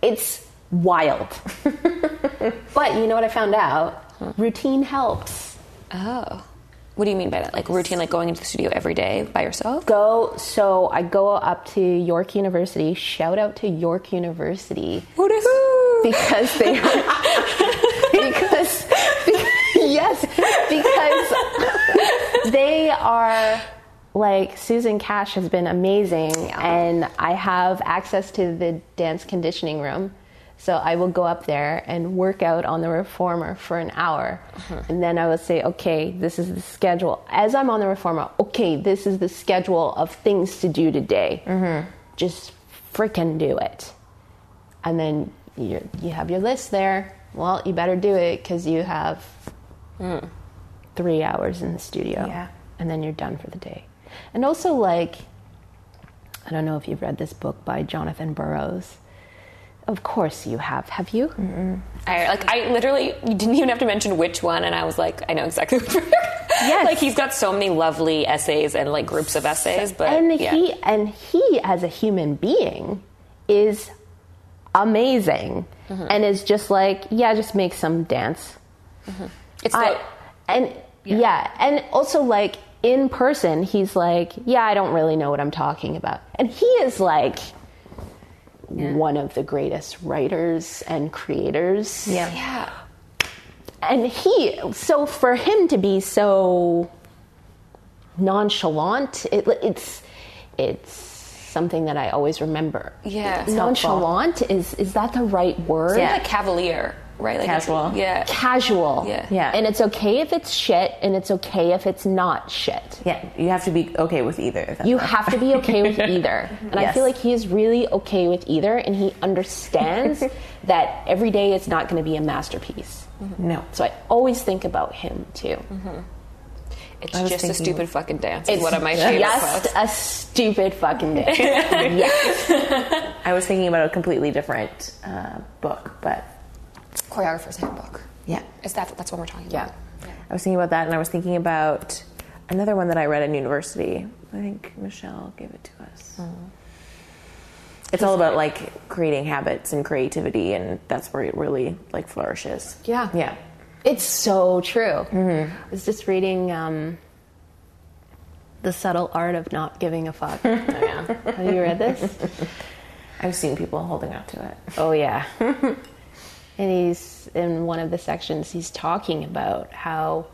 Speaker 6: It's wild. but you know what I found out? Routine helps.
Speaker 1: Oh. What do you mean by that? Like routine, like going into the studio every day by yourself?
Speaker 6: Go, so I go up to York University. Shout out to York University.
Speaker 1: What is
Speaker 6: because they because yes because they are like Susan Cash has been amazing and I have access to the dance conditioning room so I will go up there and work out on the reformer for an hour and then I will say okay this is the schedule as I'm on the reformer okay this is the schedule of things to do today just freaking do it and then you you have your list there. Well, you better do it because you have three hours in the studio,
Speaker 3: Yeah.
Speaker 6: and then you're done for the day. And also, like, I don't know if you've read this book by Jonathan Burrows. Of course you have. Have you?
Speaker 1: I like I literally you didn't even have to mention which one, and I was like, I know exactly. Which one.
Speaker 6: Yes.
Speaker 1: like he's got so many lovely essays and like groups of essays, but
Speaker 6: and
Speaker 1: yeah.
Speaker 6: he and he as a human being is amazing, and is just like yeah, just make some dance.
Speaker 1: it's
Speaker 6: I,
Speaker 1: the-
Speaker 6: and yeah. and also like in person, he's like, yeah, I don't really know what I'm talking about, and he is like one of the greatest writers and creators.
Speaker 1: yeah.
Speaker 6: and he so for him to be so nonchalant, it, it's it's something that I always remember.
Speaker 1: Yeah. It's
Speaker 6: nonchalant is is that the right word?
Speaker 1: yeah, cavalier, right? Like
Speaker 3: Casual.
Speaker 1: yeah,
Speaker 6: casual.
Speaker 1: Yeah.
Speaker 3: Yeah.
Speaker 6: And it's okay if it's shit, and it's okay if it's not shit.
Speaker 3: Yeah, you have to be okay with either. of them.
Speaker 6: You have to be okay with either. And I
Speaker 3: Yes.
Speaker 6: feel like he is really okay with either, and he understands that every day it's not going to be a masterpiece.
Speaker 3: oh, no.
Speaker 6: So I always think about him too.
Speaker 1: it's
Speaker 3: was
Speaker 1: just a
Speaker 3: thinking-
Speaker 1: stupid fucking dance. It's one of my favorite
Speaker 6: Just
Speaker 1: quotes.
Speaker 6: a stupid fucking day. yes.
Speaker 3: I was thinking about a completely different uh, book, but
Speaker 1: Choreographer's handbook.
Speaker 3: yeah.
Speaker 1: Is that that's what we're talking
Speaker 6: Yeah.
Speaker 1: about?
Speaker 3: I was thinking about that, and I was thinking about another Hmm. one that I read in university. I think Michelle gave it to us. It's all about like creating habits and creativity, and that's where it really like flourishes.
Speaker 6: Yeah.
Speaker 3: Yeah.
Speaker 6: It's so true.
Speaker 1: Mm-hmm.
Speaker 6: I was just reading um, The Subtle Art of Not Giving a Fuck. Oh,
Speaker 3: Yeah.
Speaker 6: Have you read this?
Speaker 3: I've seen people holding on to it.
Speaker 6: Oh, yeah. and he's in one of the sections, he's talking about how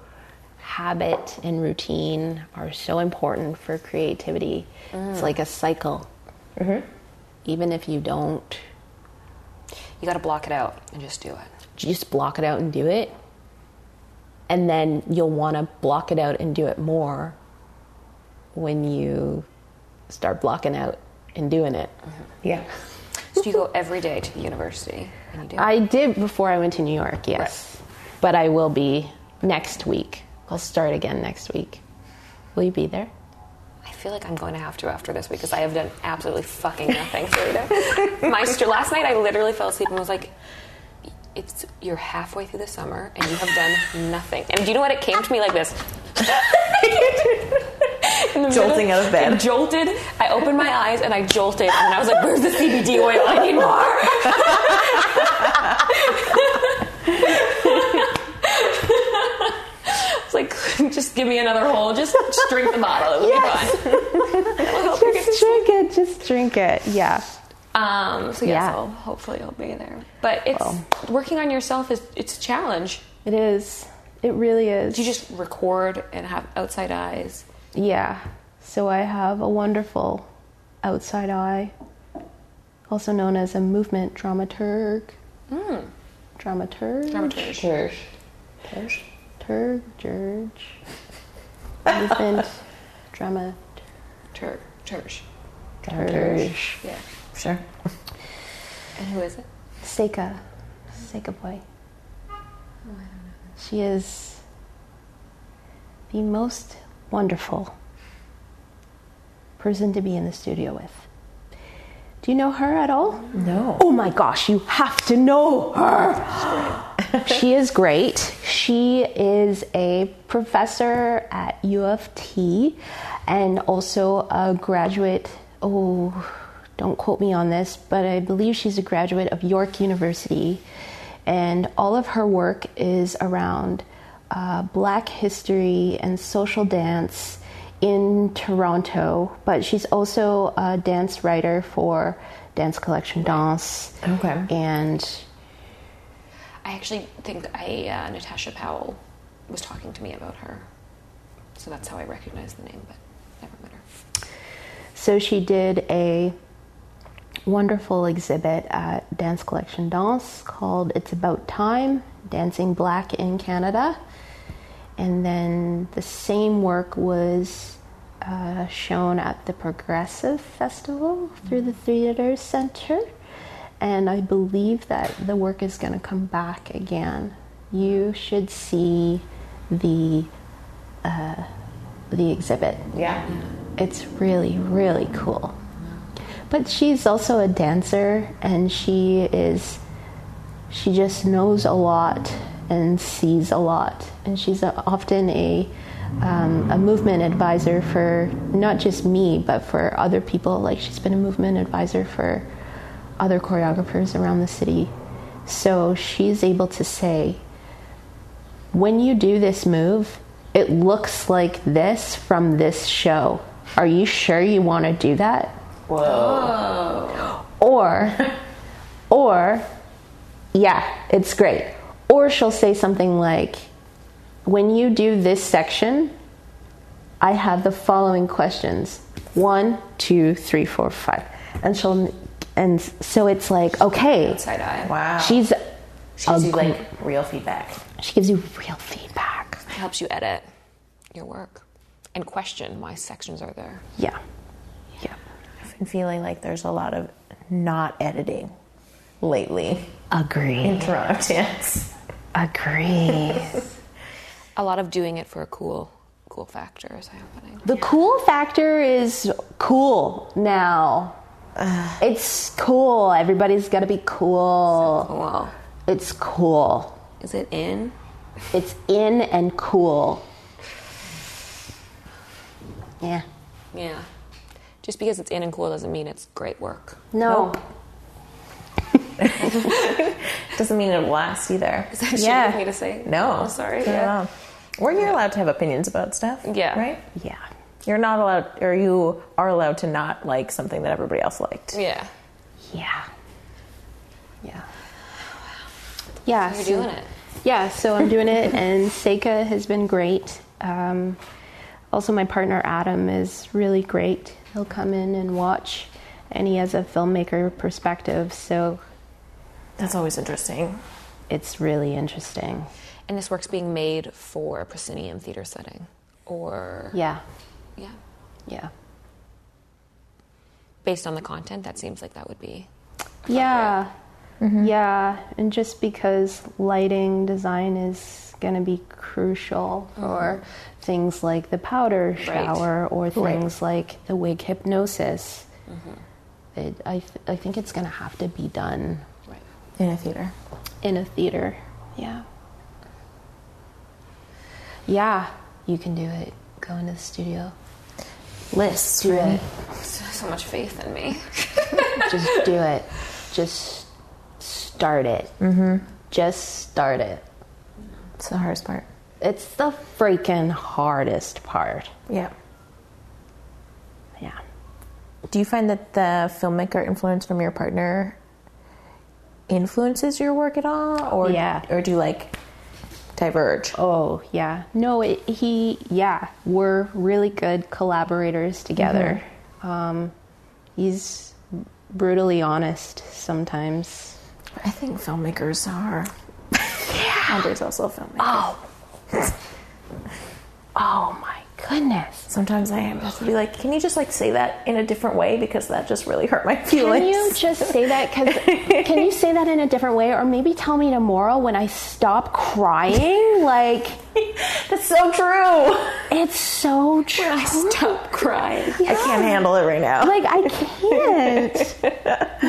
Speaker 6: habit and routine are so important for creativity. It's like a cycle. Even if you don't
Speaker 1: You got to block it out and just do it.
Speaker 6: just block it out and do it. And then you'll want to block it out and do it more when you start blocking out and doing it.
Speaker 3: Yeah.
Speaker 1: So you go every day to the university and you do it.
Speaker 6: I did before I went to New York, yes. But I will be next week. I'll start again next week. Will you be there?
Speaker 1: I feel like I'm going to have to after this because I have done absolutely fucking nothing for the day. My st- last night I literally fell asleep and was like, "It's you're halfway through the summer and you have done nothing." And do you know what? It came to me like this. In the
Speaker 3: Jolting out of bed.
Speaker 1: I jolted. I opened my eyes and I jolted, and I was like, "Where's the CBD oil? I need more." It's like, just give me another hole. Just, just drink the bottle. It'll be fine. It'll help you get to sleep.
Speaker 6: Drink it, just drink it. Yeah.
Speaker 1: Um, so yes,
Speaker 6: Yeah.
Speaker 1: I'll, hopefully I'll be there. But it's working on yourself is it's a challenge.
Speaker 6: It is. It really is.
Speaker 1: You just record and have outside eyes.
Speaker 6: Yeah. So I have a wonderful outside eye, also known as a movement dramaturg. Dramaturg.
Speaker 1: Dramaturge.
Speaker 6: Turg. Gerge. Movement dramaturg.
Speaker 1: Tur- Turge. Yeah.
Speaker 2: Sure.
Speaker 1: And who is it?
Speaker 6: Seika. Seika boy. She is the most wonderful person to be in the studio with. Do you know her at all? No. Oh my gosh, you have to know her. she is great. She is a professor at U of T and also a graduate. Oh, don't quote me on this, but I believe she's a graduate of York University. And all of her work is around uh, black history and social dance in Toronto, but she's also a dance writer for Dance Collection Dance.
Speaker 3: Okay.
Speaker 6: And
Speaker 1: I actually think I uh, Natasha Powell was talking to me about her. So that's how I recognize the name, but never met her.
Speaker 6: So she did a wonderful exhibit at Dance Collection Dance called It's About Time Dancing Black in Canada. And then the same work was uh, shown at the Progressive Festival through the Theatre Center. And I believe that the work is going to come back again. You should see the uh, the exhibit.
Speaker 3: Yeah.
Speaker 6: It's really, really cool. But she's also a dancer and she is, she just knows a lot and sees a lot. And she's a, often a, um, a movement advisor for not just me, but for other people. Like she's been a movement advisor for other choreographers around the city. So she's able to say, when you do this move, it looks like this from this show. Are you sure you want to do that? Whoa. Or, or, yeah, it's great. Or she'll say something like, when you do this section, I have the following questions one, two, three, four, five. And she'll, and so it's like, okay,
Speaker 1: Side eye.
Speaker 2: Wow.
Speaker 6: she's,
Speaker 2: She gives
Speaker 6: a
Speaker 2: you like real feedback.
Speaker 6: she gives you real feedback.
Speaker 1: It helps you edit your work and question why sections are there.
Speaker 6: Yeah. Yeah.
Speaker 2: I've been feeling like there's a lot of not editing
Speaker 3: Lately.
Speaker 6: Agree.
Speaker 2: Toronto dance.
Speaker 6: Agree.
Speaker 1: A lot of doing it for a cool, cool factor is happening.
Speaker 6: the cool factor is cool now. it's cool. Everybody's got to be
Speaker 2: Oh,
Speaker 6: cool.
Speaker 1: Well,
Speaker 6: It's cool.
Speaker 1: is it in?
Speaker 6: It's in and cool. Yeah.
Speaker 1: Yeah. Just because it's in and cool doesn't mean it's great work.
Speaker 6: No.
Speaker 3: Doesn't mean it'll last either.
Speaker 1: Is that
Speaker 6: Yeah.
Speaker 1: shitty of me to say?
Speaker 3: No.
Speaker 1: Oh, sorry.
Speaker 3: Not at
Speaker 1: Yeah.
Speaker 3: all. Or you're allowed to have opinions about stuff.
Speaker 1: Yeah.
Speaker 3: Right?
Speaker 6: Yeah.
Speaker 3: You're not allowed, or you are allowed to not like something that everybody else liked.
Speaker 1: Yeah.
Speaker 6: Yeah. Yeah. Yeah.
Speaker 1: You're
Speaker 6: so-
Speaker 1: doing it.
Speaker 6: Yeah, so I'm doing it, and Seika has been great. Um, also, my partner Adam is really great. He'll come in and watch, and he has a filmmaker perspective, so
Speaker 3: That's always interesting.
Speaker 6: it's really interesting.
Speaker 1: And this work's being made for a proscenium theater setting. Or,
Speaker 6: Yeah,
Speaker 1: yeah.
Speaker 6: yeah,
Speaker 1: Based on the content, that seems like that would be.
Speaker 6: yeah, Mm-hmm. yeah. And just because lighting design is going to be crucial for things like the powder shower or things like the wig hypnosis. It, I, th- I think it's going to have to be done
Speaker 1: Right.
Speaker 3: In a theater.
Speaker 6: in a theater. Yeah. Yeah, you can do it. Go into the studio.
Speaker 3: Lists.
Speaker 6: Do it.
Speaker 1: So, so much faith in me.
Speaker 6: Just do it. Just start it. Just start it.
Speaker 3: It's the hardest part.
Speaker 6: It's the freaking hardest part.
Speaker 3: Yeah.
Speaker 6: Yeah.
Speaker 3: Do you find that the filmmaker influence from your partner influences your work at all, or
Speaker 6: Yeah.
Speaker 3: or do you like diverge?
Speaker 6: Oh, yeah. No, it, he, yeah, we're really good collaborators together. Um, he's brutally honest sometimes.
Speaker 3: I think filmmakers are. Andrew's also a filmmaker.
Speaker 6: Oh my goodness.
Speaker 3: Sometimes I am have to be like, can you just like say that in a different way because that just really hurt my feelings.
Speaker 6: Can you just say that? Cause can you say that in a different way, or maybe tell me tomorrow when I stop crying? Like
Speaker 3: That's so true.
Speaker 6: it's so true.
Speaker 1: Stop crying.
Speaker 3: I can't handle it right now.
Speaker 6: Like I can't.
Speaker 1: In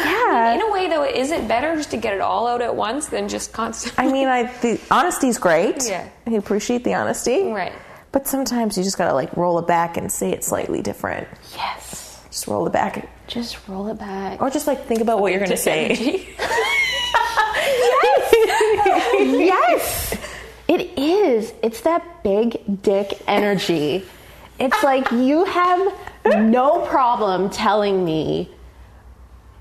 Speaker 6: Yeah.
Speaker 1: a way, though, is it better just to get it all out at once than just constantly?
Speaker 3: I mean, I the honesty's great.
Speaker 1: Yeah.
Speaker 3: I appreciate the honesty.
Speaker 1: Right.
Speaker 3: But sometimes you just gotta like roll it back and say it slightly different.
Speaker 6: Yes.
Speaker 3: Just roll it back,
Speaker 6: Just roll it back.
Speaker 3: or just like think about what you're gonna say.
Speaker 6: yes. It is. It's that big dick energy. It's like you have no problem telling me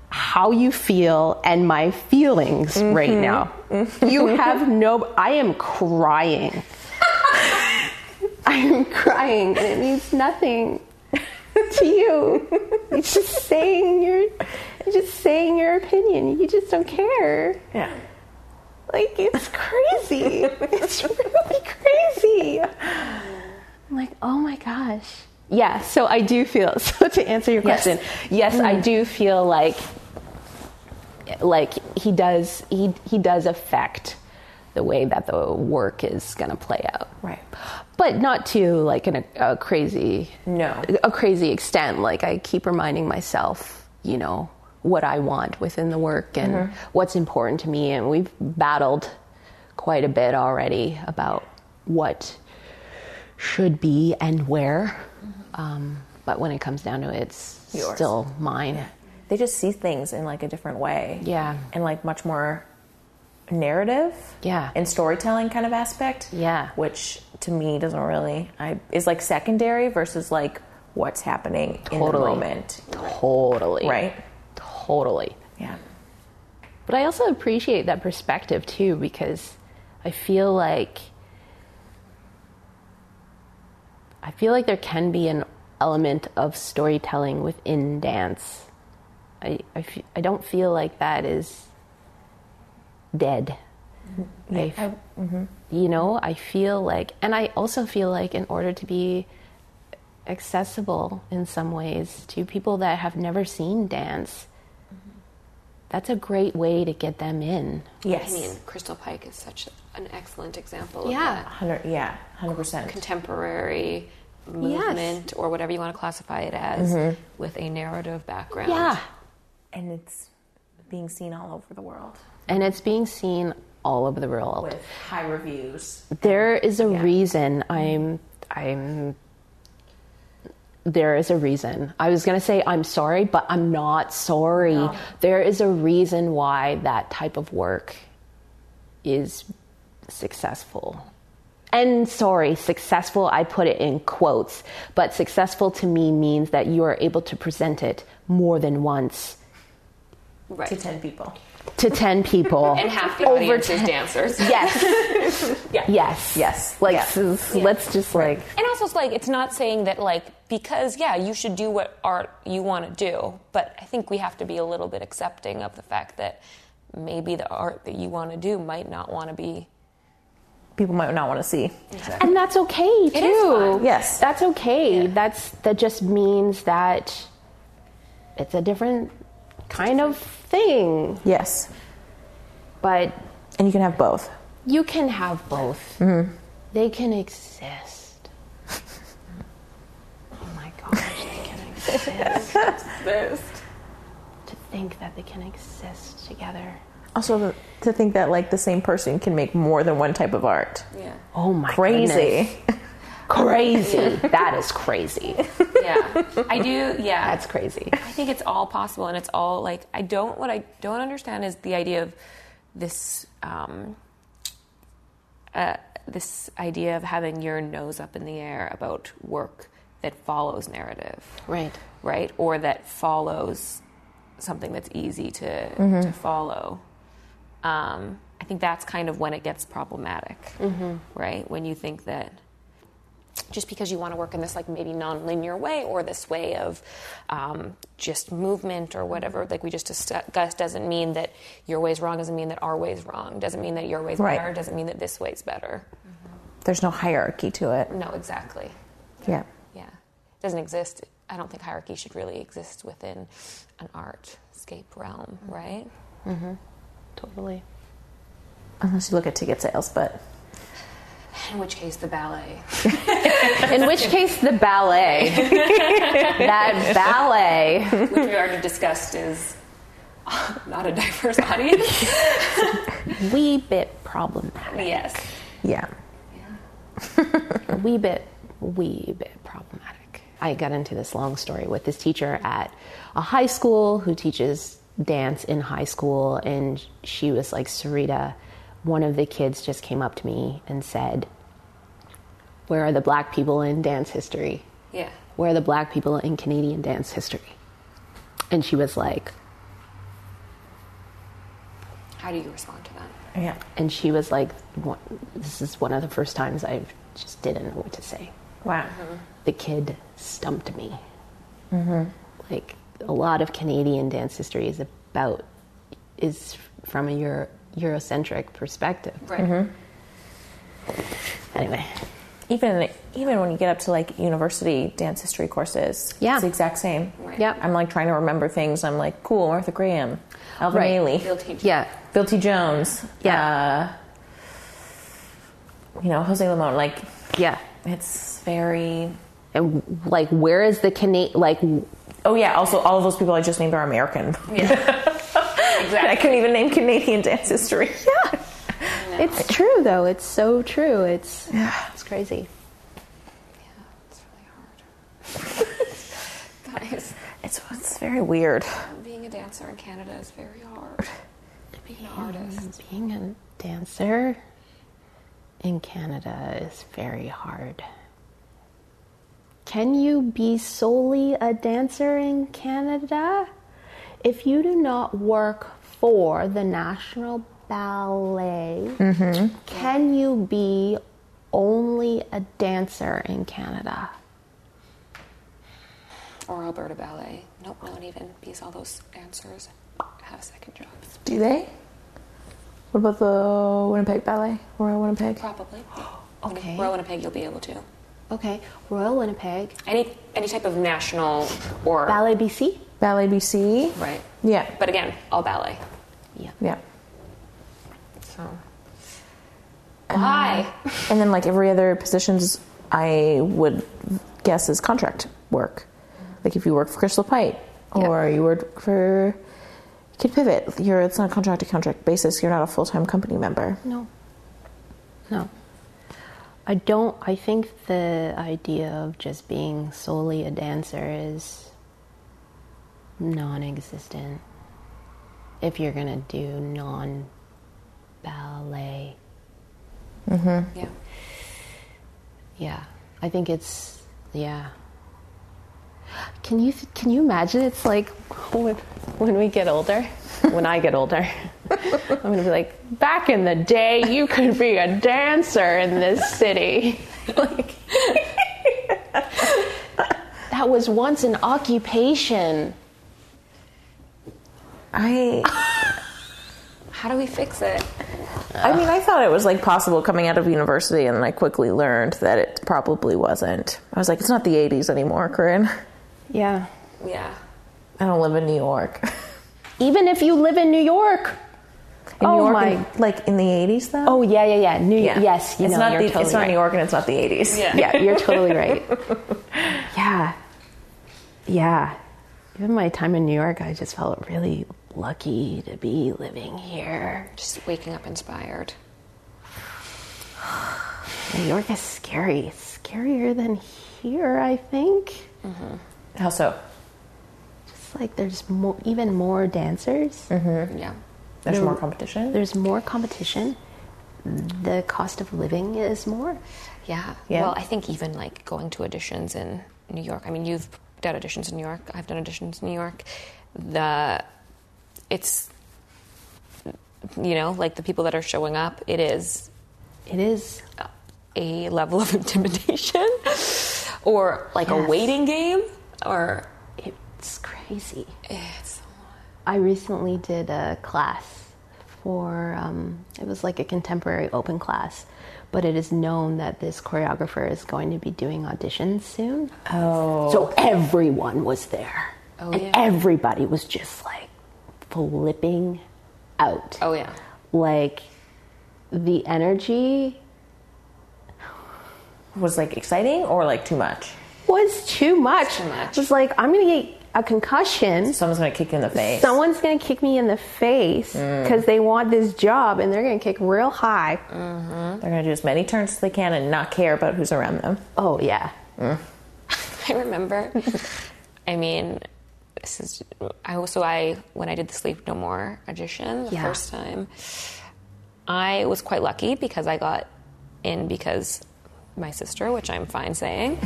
Speaker 6: how you feel and my feelings right now. You have no I am crying. I am crying and it means nothing to you. You're just saying your you're just saying your opinion. You just don't care.
Speaker 3: Yeah.
Speaker 6: Like it's crazy. it's really crazy. I'm like, oh my gosh. Yeah, so I do feel so to answer your
Speaker 3: Yes.
Speaker 6: question, yes, Mm. I do feel like like he does he he does affect the way that the work is going to play out.
Speaker 3: Right.
Speaker 6: But not to like in a, a crazy
Speaker 3: No.
Speaker 6: a crazy extent. Like I keep reminding myself, you know, what I want within the work and
Speaker 3: Mm-hmm.
Speaker 6: what's important to me. And we've battled quite a bit already about what should be and where. Um, but when it comes down to it, it's
Speaker 3: Mm-hmm. Yours.
Speaker 6: still mine.
Speaker 3: They just see things in like a different way.
Speaker 6: Yeah.
Speaker 3: And like much more narrative.
Speaker 6: Yeah.
Speaker 3: And storytelling kind of aspect.
Speaker 6: Yeah.
Speaker 3: Which to me doesn't really I is like secondary versus like what's happening in the
Speaker 6: Totally.
Speaker 3: moment.
Speaker 6: Totally.
Speaker 3: Right.
Speaker 6: Totally.
Speaker 3: Yeah.
Speaker 6: But I also appreciate that perspective too because I feel like I feel like there can be an element of storytelling within dance. I I, fe- I don't feel like that is dead. I f- You know, I feel like, and I also feel like in order to be accessible in some ways to people that have never seen dance, that's a great way to get them in.
Speaker 1: I
Speaker 3: Yes.
Speaker 1: mean, Crystal Pike is such an excellent example
Speaker 6: Yeah.
Speaker 1: of that.
Speaker 3: 100 yeah, 100%.
Speaker 1: contemporary movement or whatever you want to classify it as
Speaker 4: Mm-hmm.
Speaker 1: with a narrative background.
Speaker 6: Yeah.
Speaker 3: and it's being seen all over the world
Speaker 6: And it's being seen all over the world.
Speaker 3: with high reviews.
Speaker 6: There is a reason I'm I'm there is a reason. I was going to say I'm sorry, but I'm not sorry. There is a reason why that type of work is successful. And sorry, successful, I put it in quotes, but successful to me means that you are able to present it more than once
Speaker 1: Right.
Speaker 3: to 10 people.
Speaker 6: to 10 people.
Speaker 1: and half the
Speaker 6: Over
Speaker 1: audience is
Speaker 6: 10.
Speaker 1: dancers.
Speaker 6: Yes. Yes.
Speaker 3: Yes.
Speaker 6: Like,
Speaker 3: Yeah.
Speaker 6: so let's just like,
Speaker 4: And also, it's like it's not saying that like because yeah, you should do what art you want to do, but I think we have to be a little bit accepting of the fact that maybe the art that you want to do might not want to be.
Speaker 3: People might not want to see.
Speaker 6: and that's okay too.
Speaker 1: is fun.
Speaker 3: Yes.
Speaker 6: That's okay. That's, that just means that it's a different kind of thing,
Speaker 3: Yes.
Speaker 6: but
Speaker 3: And you can have both.
Speaker 6: you can have both. They can exist. oh my gosh, they can exist. to think that they can exist together.
Speaker 3: Also, to think that like the same person can make more than one type of art.
Speaker 6: Oh my goodness.
Speaker 3: Crazy.
Speaker 6: Crazy. that is crazy.
Speaker 1: Yeah. I do, yeah.
Speaker 6: That's crazy.
Speaker 1: I think it's all possible, and it's all like I don't. What I don't understand is the idea of this. Um, uh, this idea of having your nose up in the air about work that follows narrative,
Speaker 6: Right.
Speaker 1: right, or that follows something that's easy to to follow. Um, I think that's kind of when it gets problematic, right? When you think that
Speaker 4: just because you want to work in this like maybe nonlinear way or this way of um, just movement or whatever like we just discussed doesn't mean that your way's wrong doesn't mean that our way's wrong doesn't mean that your way's
Speaker 3: Right.
Speaker 4: better doesn't mean that this way's better
Speaker 3: There's no hierarchy to it.
Speaker 4: no exactly
Speaker 3: Yeah.
Speaker 4: yeah it doesn't exist i don't think hierarchy should really exist within an artscape realm right
Speaker 6: Totally.
Speaker 3: Unless you look at ticket sales, but
Speaker 4: in which case the ballet
Speaker 6: In which case, the ballet. that ballet.
Speaker 4: which we already discussed is uh, not a diverse audience
Speaker 6: Wee bit problematic.
Speaker 4: yes
Speaker 3: yeah.
Speaker 6: A wee bit, wee bit problematic. I got into this long story with this teacher at a high school who teaches dance in high school, and she was like, Sarita, one of the kids uh, just came up to me and said, Where are the black people in dance history?
Speaker 4: yeah
Speaker 6: Where are the black people in Canadian dance history? And she was like,
Speaker 4: how do you respond to that
Speaker 3: Yeah.
Speaker 6: and she was like, "What- This is one of the first times I just didn't know what to say.
Speaker 3: Wow.
Speaker 6: the kid stumped me. Mm-hmm. Like a lot of Canadian dance history is about is from a Euro, Eurocentric perspective.
Speaker 4: right
Speaker 6: Mm-hmm. Anyway,
Speaker 3: Even even when you get up to like university dance history courses,
Speaker 6: Yeah.
Speaker 3: it's the exact same.
Speaker 4: Right.
Speaker 6: Yep.
Speaker 3: I'm like trying to remember things. I'm like, cool, Martha Graham, Alvin
Speaker 6: Right.
Speaker 3: Ailey.
Speaker 4: They'll teach you.
Speaker 6: yeah,
Speaker 3: Bill T. Jones.
Speaker 6: Yeah.
Speaker 3: Uh, you know, Jose Limon. Like,
Speaker 6: yeah,
Speaker 3: it's very.
Speaker 6: and like where is the Cana? Like
Speaker 3: Oh yeah. Also, all of those people I just named are American. I
Speaker 1: exactly.
Speaker 3: couldn't even name Canadian dance history. Yeah.
Speaker 6: it's true though. It's so true. It's it's crazy.
Speaker 4: It's really hard. Guys,
Speaker 3: It's it's very weird.
Speaker 4: being a dancer in Canada is very hard. Being an artist.
Speaker 6: Being a dancer in Canada is very hard. Can you be solely a dancer in Canada if you do not work for the National Ballet? Can you be only a dancer in Canada?
Speaker 4: Or Alberta Ballet. Nope, not even. Because all those dancers have second jobs.
Speaker 3: Do they? What about the Winnipeg Ballet? Royal Winnipeg.
Speaker 4: Probably.
Speaker 6: Okay.
Speaker 4: Royal Winnipeg, you'll be able to.
Speaker 6: Okay, Royal Winnipeg,
Speaker 4: Any any type of national or
Speaker 6: Ballet BC?
Speaker 3: Ballet BC.
Speaker 4: right.
Speaker 3: Yeah.
Speaker 4: But again, all ballet.
Speaker 3: Yeah.
Speaker 4: So why?
Speaker 3: And then like every other positions, I would guess is contract work. Like if you work for Crystal Pite or you work for Kid Pivot, you're it's on a contract to contract basis. You're not a full time company member.
Speaker 6: No. No. I don't. I think the idea of just being solely a dancer is non existent. If you're going to do non ballet.
Speaker 1: Yeah.
Speaker 6: Yeah, I think it's yeah. Can you can you imagine? It's like when, when we get older, when I get older, I'm gonna be like, back in the day, you could be a dancer in this city. like, that was once an occupation.
Speaker 2: I
Speaker 1: How do we fix it?
Speaker 2: I mean, I thought it was like possible coming out of university, and then I quickly learned that it probably wasn't. I was like, it's not the '80s anymore, Corinne.
Speaker 6: Yeah.
Speaker 1: Yeah.
Speaker 2: I don't live in New York.
Speaker 6: Even if you live in New York.
Speaker 2: In
Speaker 6: oh
Speaker 2: New York
Speaker 6: my.
Speaker 2: in- like in the '80s, though.
Speaker 6: oh yeah, yeah, yeah. New yes, you
Speaker 2: it's
Speaker 6: know,
Speaker 2: not
Speaker 6: you're
Speaker 2: the,
Speaker 6: totally
Speaker 2: it's not
Speaker 6: right.
Speaker 2: New York, and it's not the '80s. Yeah.
Speaker 6: yeah, you're totally right. Yeah. Yeah. Even my time in New York, I just felt really lucky to be living here.
Speaker 1: Just waking up inspired.
Speaker 6: New York is scary. It's scarier than here, I think.
Speaker 2: How so?
Speaker 6: It's like there's mo- even more dancers.
Speaker 2: Mm-hmm.
Speaker 1: Yeah.
Speaker 2: There's more competition.
Speaker 6: There's more competition. The cost of living is more.
Speaker 1: Yeah.
Speaker 2: Yeah.
Speaker 1: Well, I think even like going to auditions in New York. I mean, you've done auditions in New York. I've done auditions in New York. The it's you know like the people that are showing up. It is
Speaker 6: It is.
Speaker 1: a level of intimidation or like a
Speaker 6: Yes.
Speaker 1: waiting game or eh,
Speaker 6: It's crazy.
Speaker 1: it's
Speaker 6: I recently did a class for, um, it was like a contemporary open class, but it is known that this choreographer is going to be doing auditions soon. Oh. So everyone was there. Oh, and
Speaker 1: yeah.
Speaker 6: everybody was just like flipping out.
Speaker 1: oh yeah
Speaker 6: Like the energy
Speaker 2: Was like exciting or like too much?
Speaker 6: was too much.
Speaker 1: too much.
Speaker 6: It was like, I'm going to get a concussion.
Speaker 2: Someone's gonna kick you in the face.
Speaker 6: Someone's gonna kick me in the face because they want this job and they're gonna kick real high.
Speaker 2: They're gonna do as many turns as they can and not care about who's around them.
Speaker 6: Oh yeah,
Speaker 1: I remember. I mean, this is. I also I when I did the Sleep No More audition the
Speaker 6: Yeah.
Speaker 1: first time, I was quite lucky because I got in because my sister, which I'm fine saying.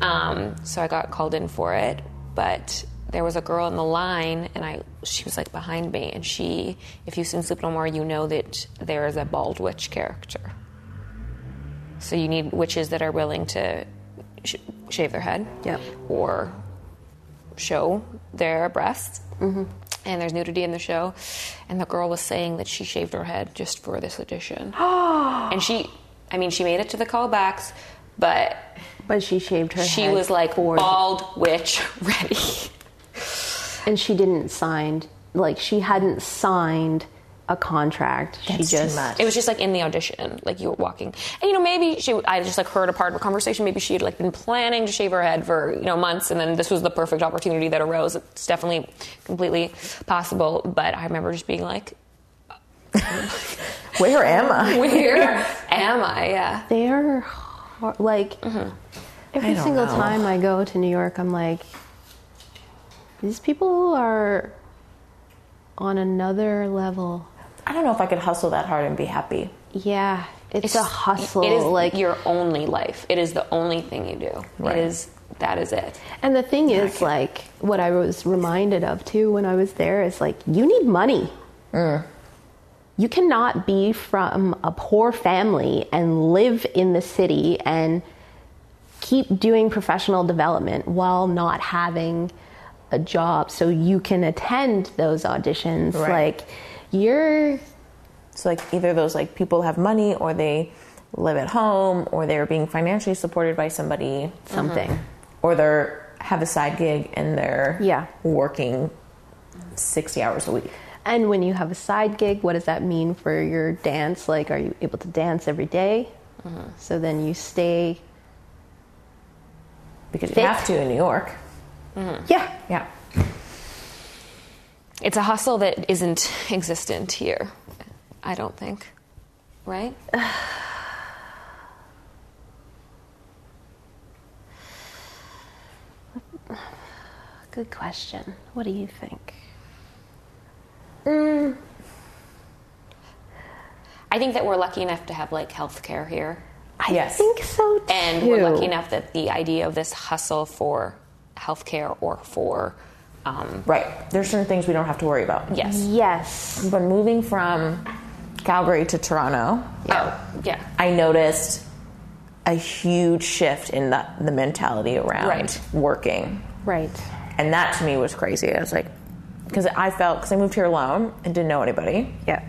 Speaker 1: um, so I got called in for it, but there was a girl in the line, and I she was like behind me, and she, if you've seen Sleep No More, you know that there is a bald witch character. So you need witches that are willing to sh- shave their head,
Speaker 6: Yep.
Speaker 1: or show their breasts.
Speaker 6: Mm-hmm.
Speaker 1: And there's nudity in the show, and the girl was saying that she shaved her head just for this audition. and she, I mean, she made it to the callbacks, but
Speaker 6: but she shaved her.
Speaker 1: she
Speaker 6: head
Speaker 1: was like
Speaker 6: for-
Speaker 1: bald witch ready.
Speaker 6: and she didn't sign. Like she hadn't signed a contract. she
Speaker 2: That's too
Speaker 6: just
Speaker 2: much.
Speaker 1: It was just like in the audition, like you were walking, and you know maybe she. I just like heard a part of a conversation. Maybe she had like been planning to shave her head for you know months, and then this was the perfect opportunity that arose. It's definitely completely possible, but I remember just being like,
Speaker 2: Where am I?
Speaker 1: "Where am I?" Yeah,
Speaker 6: they're hard, like every
Speaker 2: don't
Speaker 6: single
Speaker 2: know.
Speaker 6: time I go to New York, I'm like, these people are on another level.
Speaker 2: I don't know if I could hustle that hard and be happy.
Speaker 6: Yeah, it's, a hustle.
Speaker 1: It is
Speaker 6: like
Speaker 1: like your only life. It is the only thing you do.
Speaker 2: Right.
Speaker 1: It is that is it.
Speaker 6: And the thing is, like, what I was reminded of too when I was there is like, you need money. You cannot be from a poor family and live in the city and keep doing professional development while not having a job so you can attend those auditions.
Speaker 2: Right.
Speaker 6: Like, you're
Speaker 2: So like either those like people have money or they live at home or they're being financially supported by somebody
Speaker 6: something.
Speaker 2: or they're have a side gig and they're
Speaker 6: Yeah.
Speaker 2: working 60 hours a week.
Speaker 6: And when you have a side gig, what does that mean for your dance? Like, are you able to dance every day? So then you stay.
Speaker 2: Because you
Speaker 6: Fit.
Speaker 2: have to in New York.
Speaker 6: Yeah.
Speaker 2: Yeah.
Speaker 1: It's a hustle that isn't existent here. I don't think, right?
Speaker 6: Good question. What do you think?
Speaker 4: Mm. I think that we're lucky enough to have like healthcare here.
Speaker 6: I
Speaker 3: Yes.
Speaker 6: think so too.
Speaker 4: And we're lucky enough that the idea of this hustle for healthcare or for, um,
Speaker 2: Right.
Speaker 3: There's certain things we don't have to worry about.
Speaker 6: Mm-hmm.
Speaker 4: yes.
Speaker 6: Yes.
Speaker 3: But moving from Calgary to Toronto,
Speaker 4: Oh, yeah.
Speaker 3: I noticed a huge shift in the, the mentality around
Speaker 4: Right.
Speaker 3: working.
Speaker 6: Right.
Speaker 3: And that to me was crazy. I was like, because I felt, because I moved here alone and didn't know anybody.
Speaker 6: Yeah.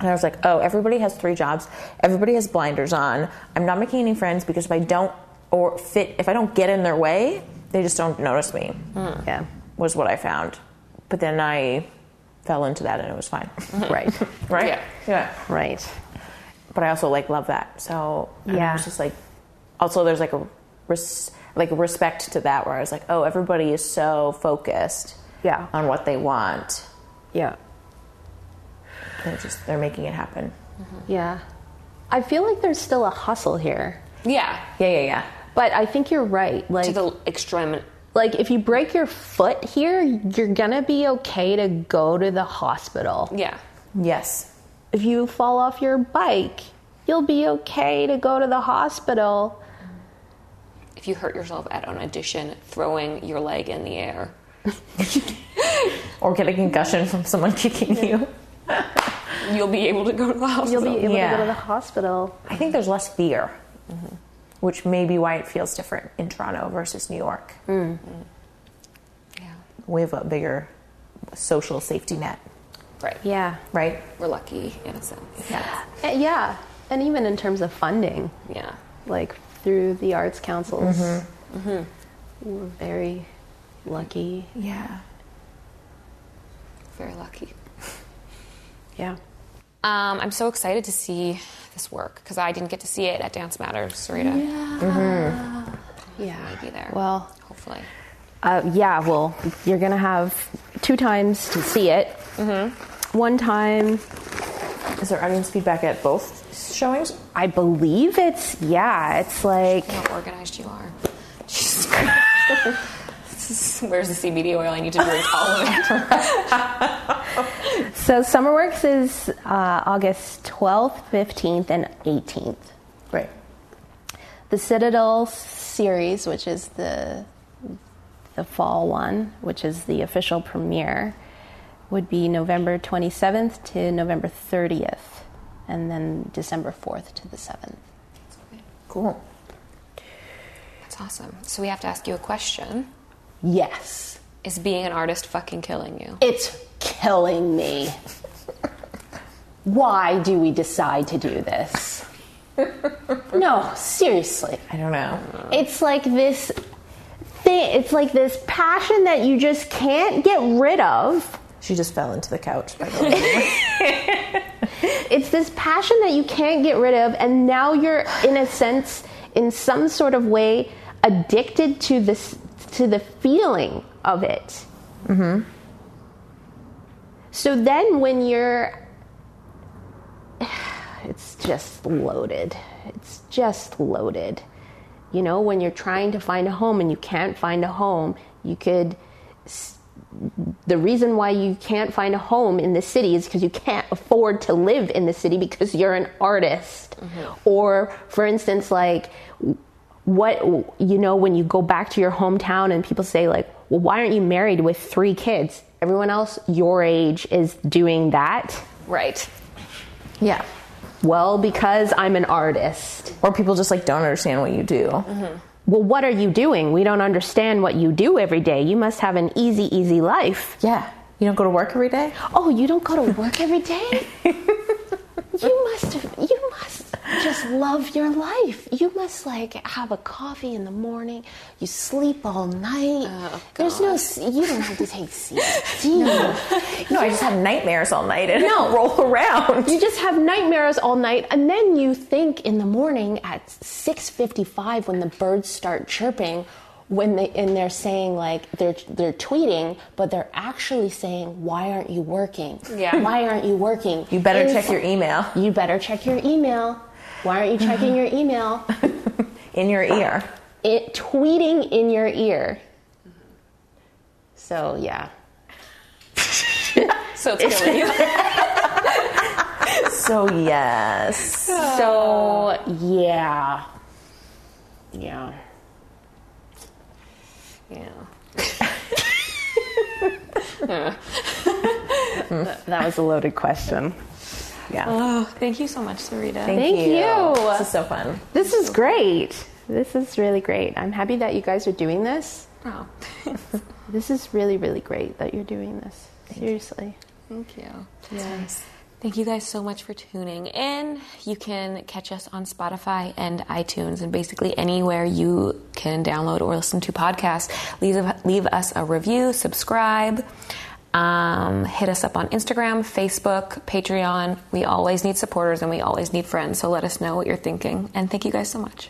Speaker 3: And I was like, oh, everybody has three jobs. Everybody has blinders on. I'm not making any friends because if I don't or fit, if I don't get in their way, they just don't notice me.
Speaker 6: Yeah.
Speaker 3: Was what I found. But then I fell into that and it was fine.
Speaker 6: Right.
Speaker 3: right?
Speaker 4: Yeah.
Speaker 3: Yeah.
Speaker 6: right.
Speaker 3: But I also like love that. So and
Speaker 6: Yeah.
Speaker 3: I was just like, also there's like a res- like a respect to that where I was like, oh, everybody is so focused
Speaker 6: Yeah.
Speaker 3: on what they want.
Speaker 6: Yeah.
Speaker 3: They're just they're making it happen.
Speaker 6: Yeah. I feel like there's still a hustle here.
Speaker 4: Yeah.
Speaker 3: Yeah, yeah, yeah.
Speaker 6: But I think you're right. Like
Speaker 4: To the extreme.
Speaker 6: like if you break your foot here, you're gonna be okay to go to the hospital.
Speaker 4: Yeah.
Speaker 3: Yes.
Speaker 6: If you fall off your bike, you'll be okay to go to the hospital.
Speaker 4: If you hurt yourself at an audition, throwing your leg in the air.
Speaker 3: or get a concussion from someone kicking you.
Speaker 4: You'll be able to go to the
Speaker 6: You'll
Speaker 4: hospital.
Speaker 6: be able to
Speaker 3: Yeah.
Speaker 6: go to the hospital.
Speaker 3: I think there's less fear, which may be why it feels different in Toronto versus New York.
Speaker 4: yeah.
Speaker 3: We have a bigger social safety net,
Speaker 4: Right.
Speaker 6: Yeah.
Speaker 3: right?
Speaker 4: We're lucky in a sense.
Speaker 3: Yeah.
Speaker 6: Uh, Yeah. And even in terms of funding,
Speaker 4: Yeah.
Speaker 6: like through the arts councils, Mm-hmm. we're very lucky.
Speaker 3: Yeah.
Speaker 4: Very lucky.
Speaker 6: Yeah.
Speaker 4: Um, I'm so excited to see this work because I didn't get to see it at Dance Matters, Sarita.
Speaker 6: Yeah.
Speaker 4: Be there.
Speaker 6: Well,
Speaker 4: hopefully.
Speaker 6: Uh, yeah, well, you're going to have two times to see it. Mm-hmm. One time,
Speaker 3: Is there audience feedback at both showings?
Speaker 6: I believe it's, yeah, it's like,
Speaker 4: How organized you are. Jesus Christ. This is- Where's the CBD oil? I need to drink all of it.
Speaker 6: so SummerWorks is uh, August 12th, 15th, and 18th.
Speaker 3: Right.
Speaker 6: The Citadel series, which is the, the fall one, which is the official premiere, would be November 27th to November 30th, and then December 4th to the 7th.
Speaker 3: Cool.
Speaker 4: That's awesome. So we have to ask you a question.
Speaker 6: Yes.
Speaker 4: Is being an artist fucking killing you?
Speaker 6: It's killing me. Why do we decide to do this? no, seriously.
Speaker 3: I don't know.
Speaker 6: It's like this thing, it's like this passion that you just can't get rid of.
Speaker 3: She just fell into the couch. By the way.
Speaker 6: It's this passion that you can't get rid of, and now you're, in a sense, in some sort of way, addicted to this to the feeling of it. Mm-hmm. So then, when you're it's just loaded. It's just loaded. You know, when you're trying to find a home and you can't find a home, you could. s- The reason why you can't find a home in the city is because you can't afford to live in the city because you're an artist. Or, for instance, like, what, you know, when you go back to your hometown and people say, like, well, why aren't you married with three kids? Everyone else your age is doing that.
Speaker 4: Right.
Speaker 6: Yeah. Well, because I'm an artist.
Speaker 3: or people just like don't understand what you do.
Speaker 6: Well, what are you doing? We don't understand what you do every day. You must have an easy, easy life.
Speaker 3: Yeah. You don't go to work every day?
Speaker 6: Oh, you don't go to work every day? you must you must just love your life. You must like have a coffee in the morning. You sleep all night.
Speaker 2: Oh,
Speaker 6: There's no s- you don't have to take CBD.
Speaker 3: No, I just have nightmares all night and
Speaker 6: No.
Speaker 3: roll around.
Speaker 6: You just have nightmares all night, and then you think in the morning at 6:55 when the birds start chirping, when they and they're saying like they're they're tweeting, but they're actually saying, "Why aren't you working?
Speaker 4: Yeah.
Speaker 6: Why aren't you working?
Speaker 3: You better
Speaker 6: Inf-
Speaker 3: check your email
Speaker 6: You better check your email. Why aren't you checking
Speaker 3: Mm-hmm.
Speaker 6: your email?
Speaker 3: in your ear.
Speaker 6: It tweeting in your ear. So yeah,
Speaker 1: So it's killing you.
Speaker 3: So yes.
Speaker 6: so yeah, yeah.
Speaker 1: Yeah.
Speaker 6: That was a loaded question.
Speaker 1: Oh, thank you so much, Sarita.
Speaker 6: Thank you.
Speaker 3: This is so fun.
Speaker 6: This is great. This is really great. I'm happy that you guys are doing this.
Speaker 1: Oh,
Speaker 6: This is really, really great that you're doing this. Seriously.
Speaker 1: thank you. Thank you guys so much for tuning in. You can catch us on Spotify and iTunes and basically anywhere you can download or listen to podcasts. Leave, leave us a review, subscribe, um, hit us up on Instagram, Facebook, Patreon. We always need supporters and we always need friends. So let us know what you're thinking. And thank you guys so much.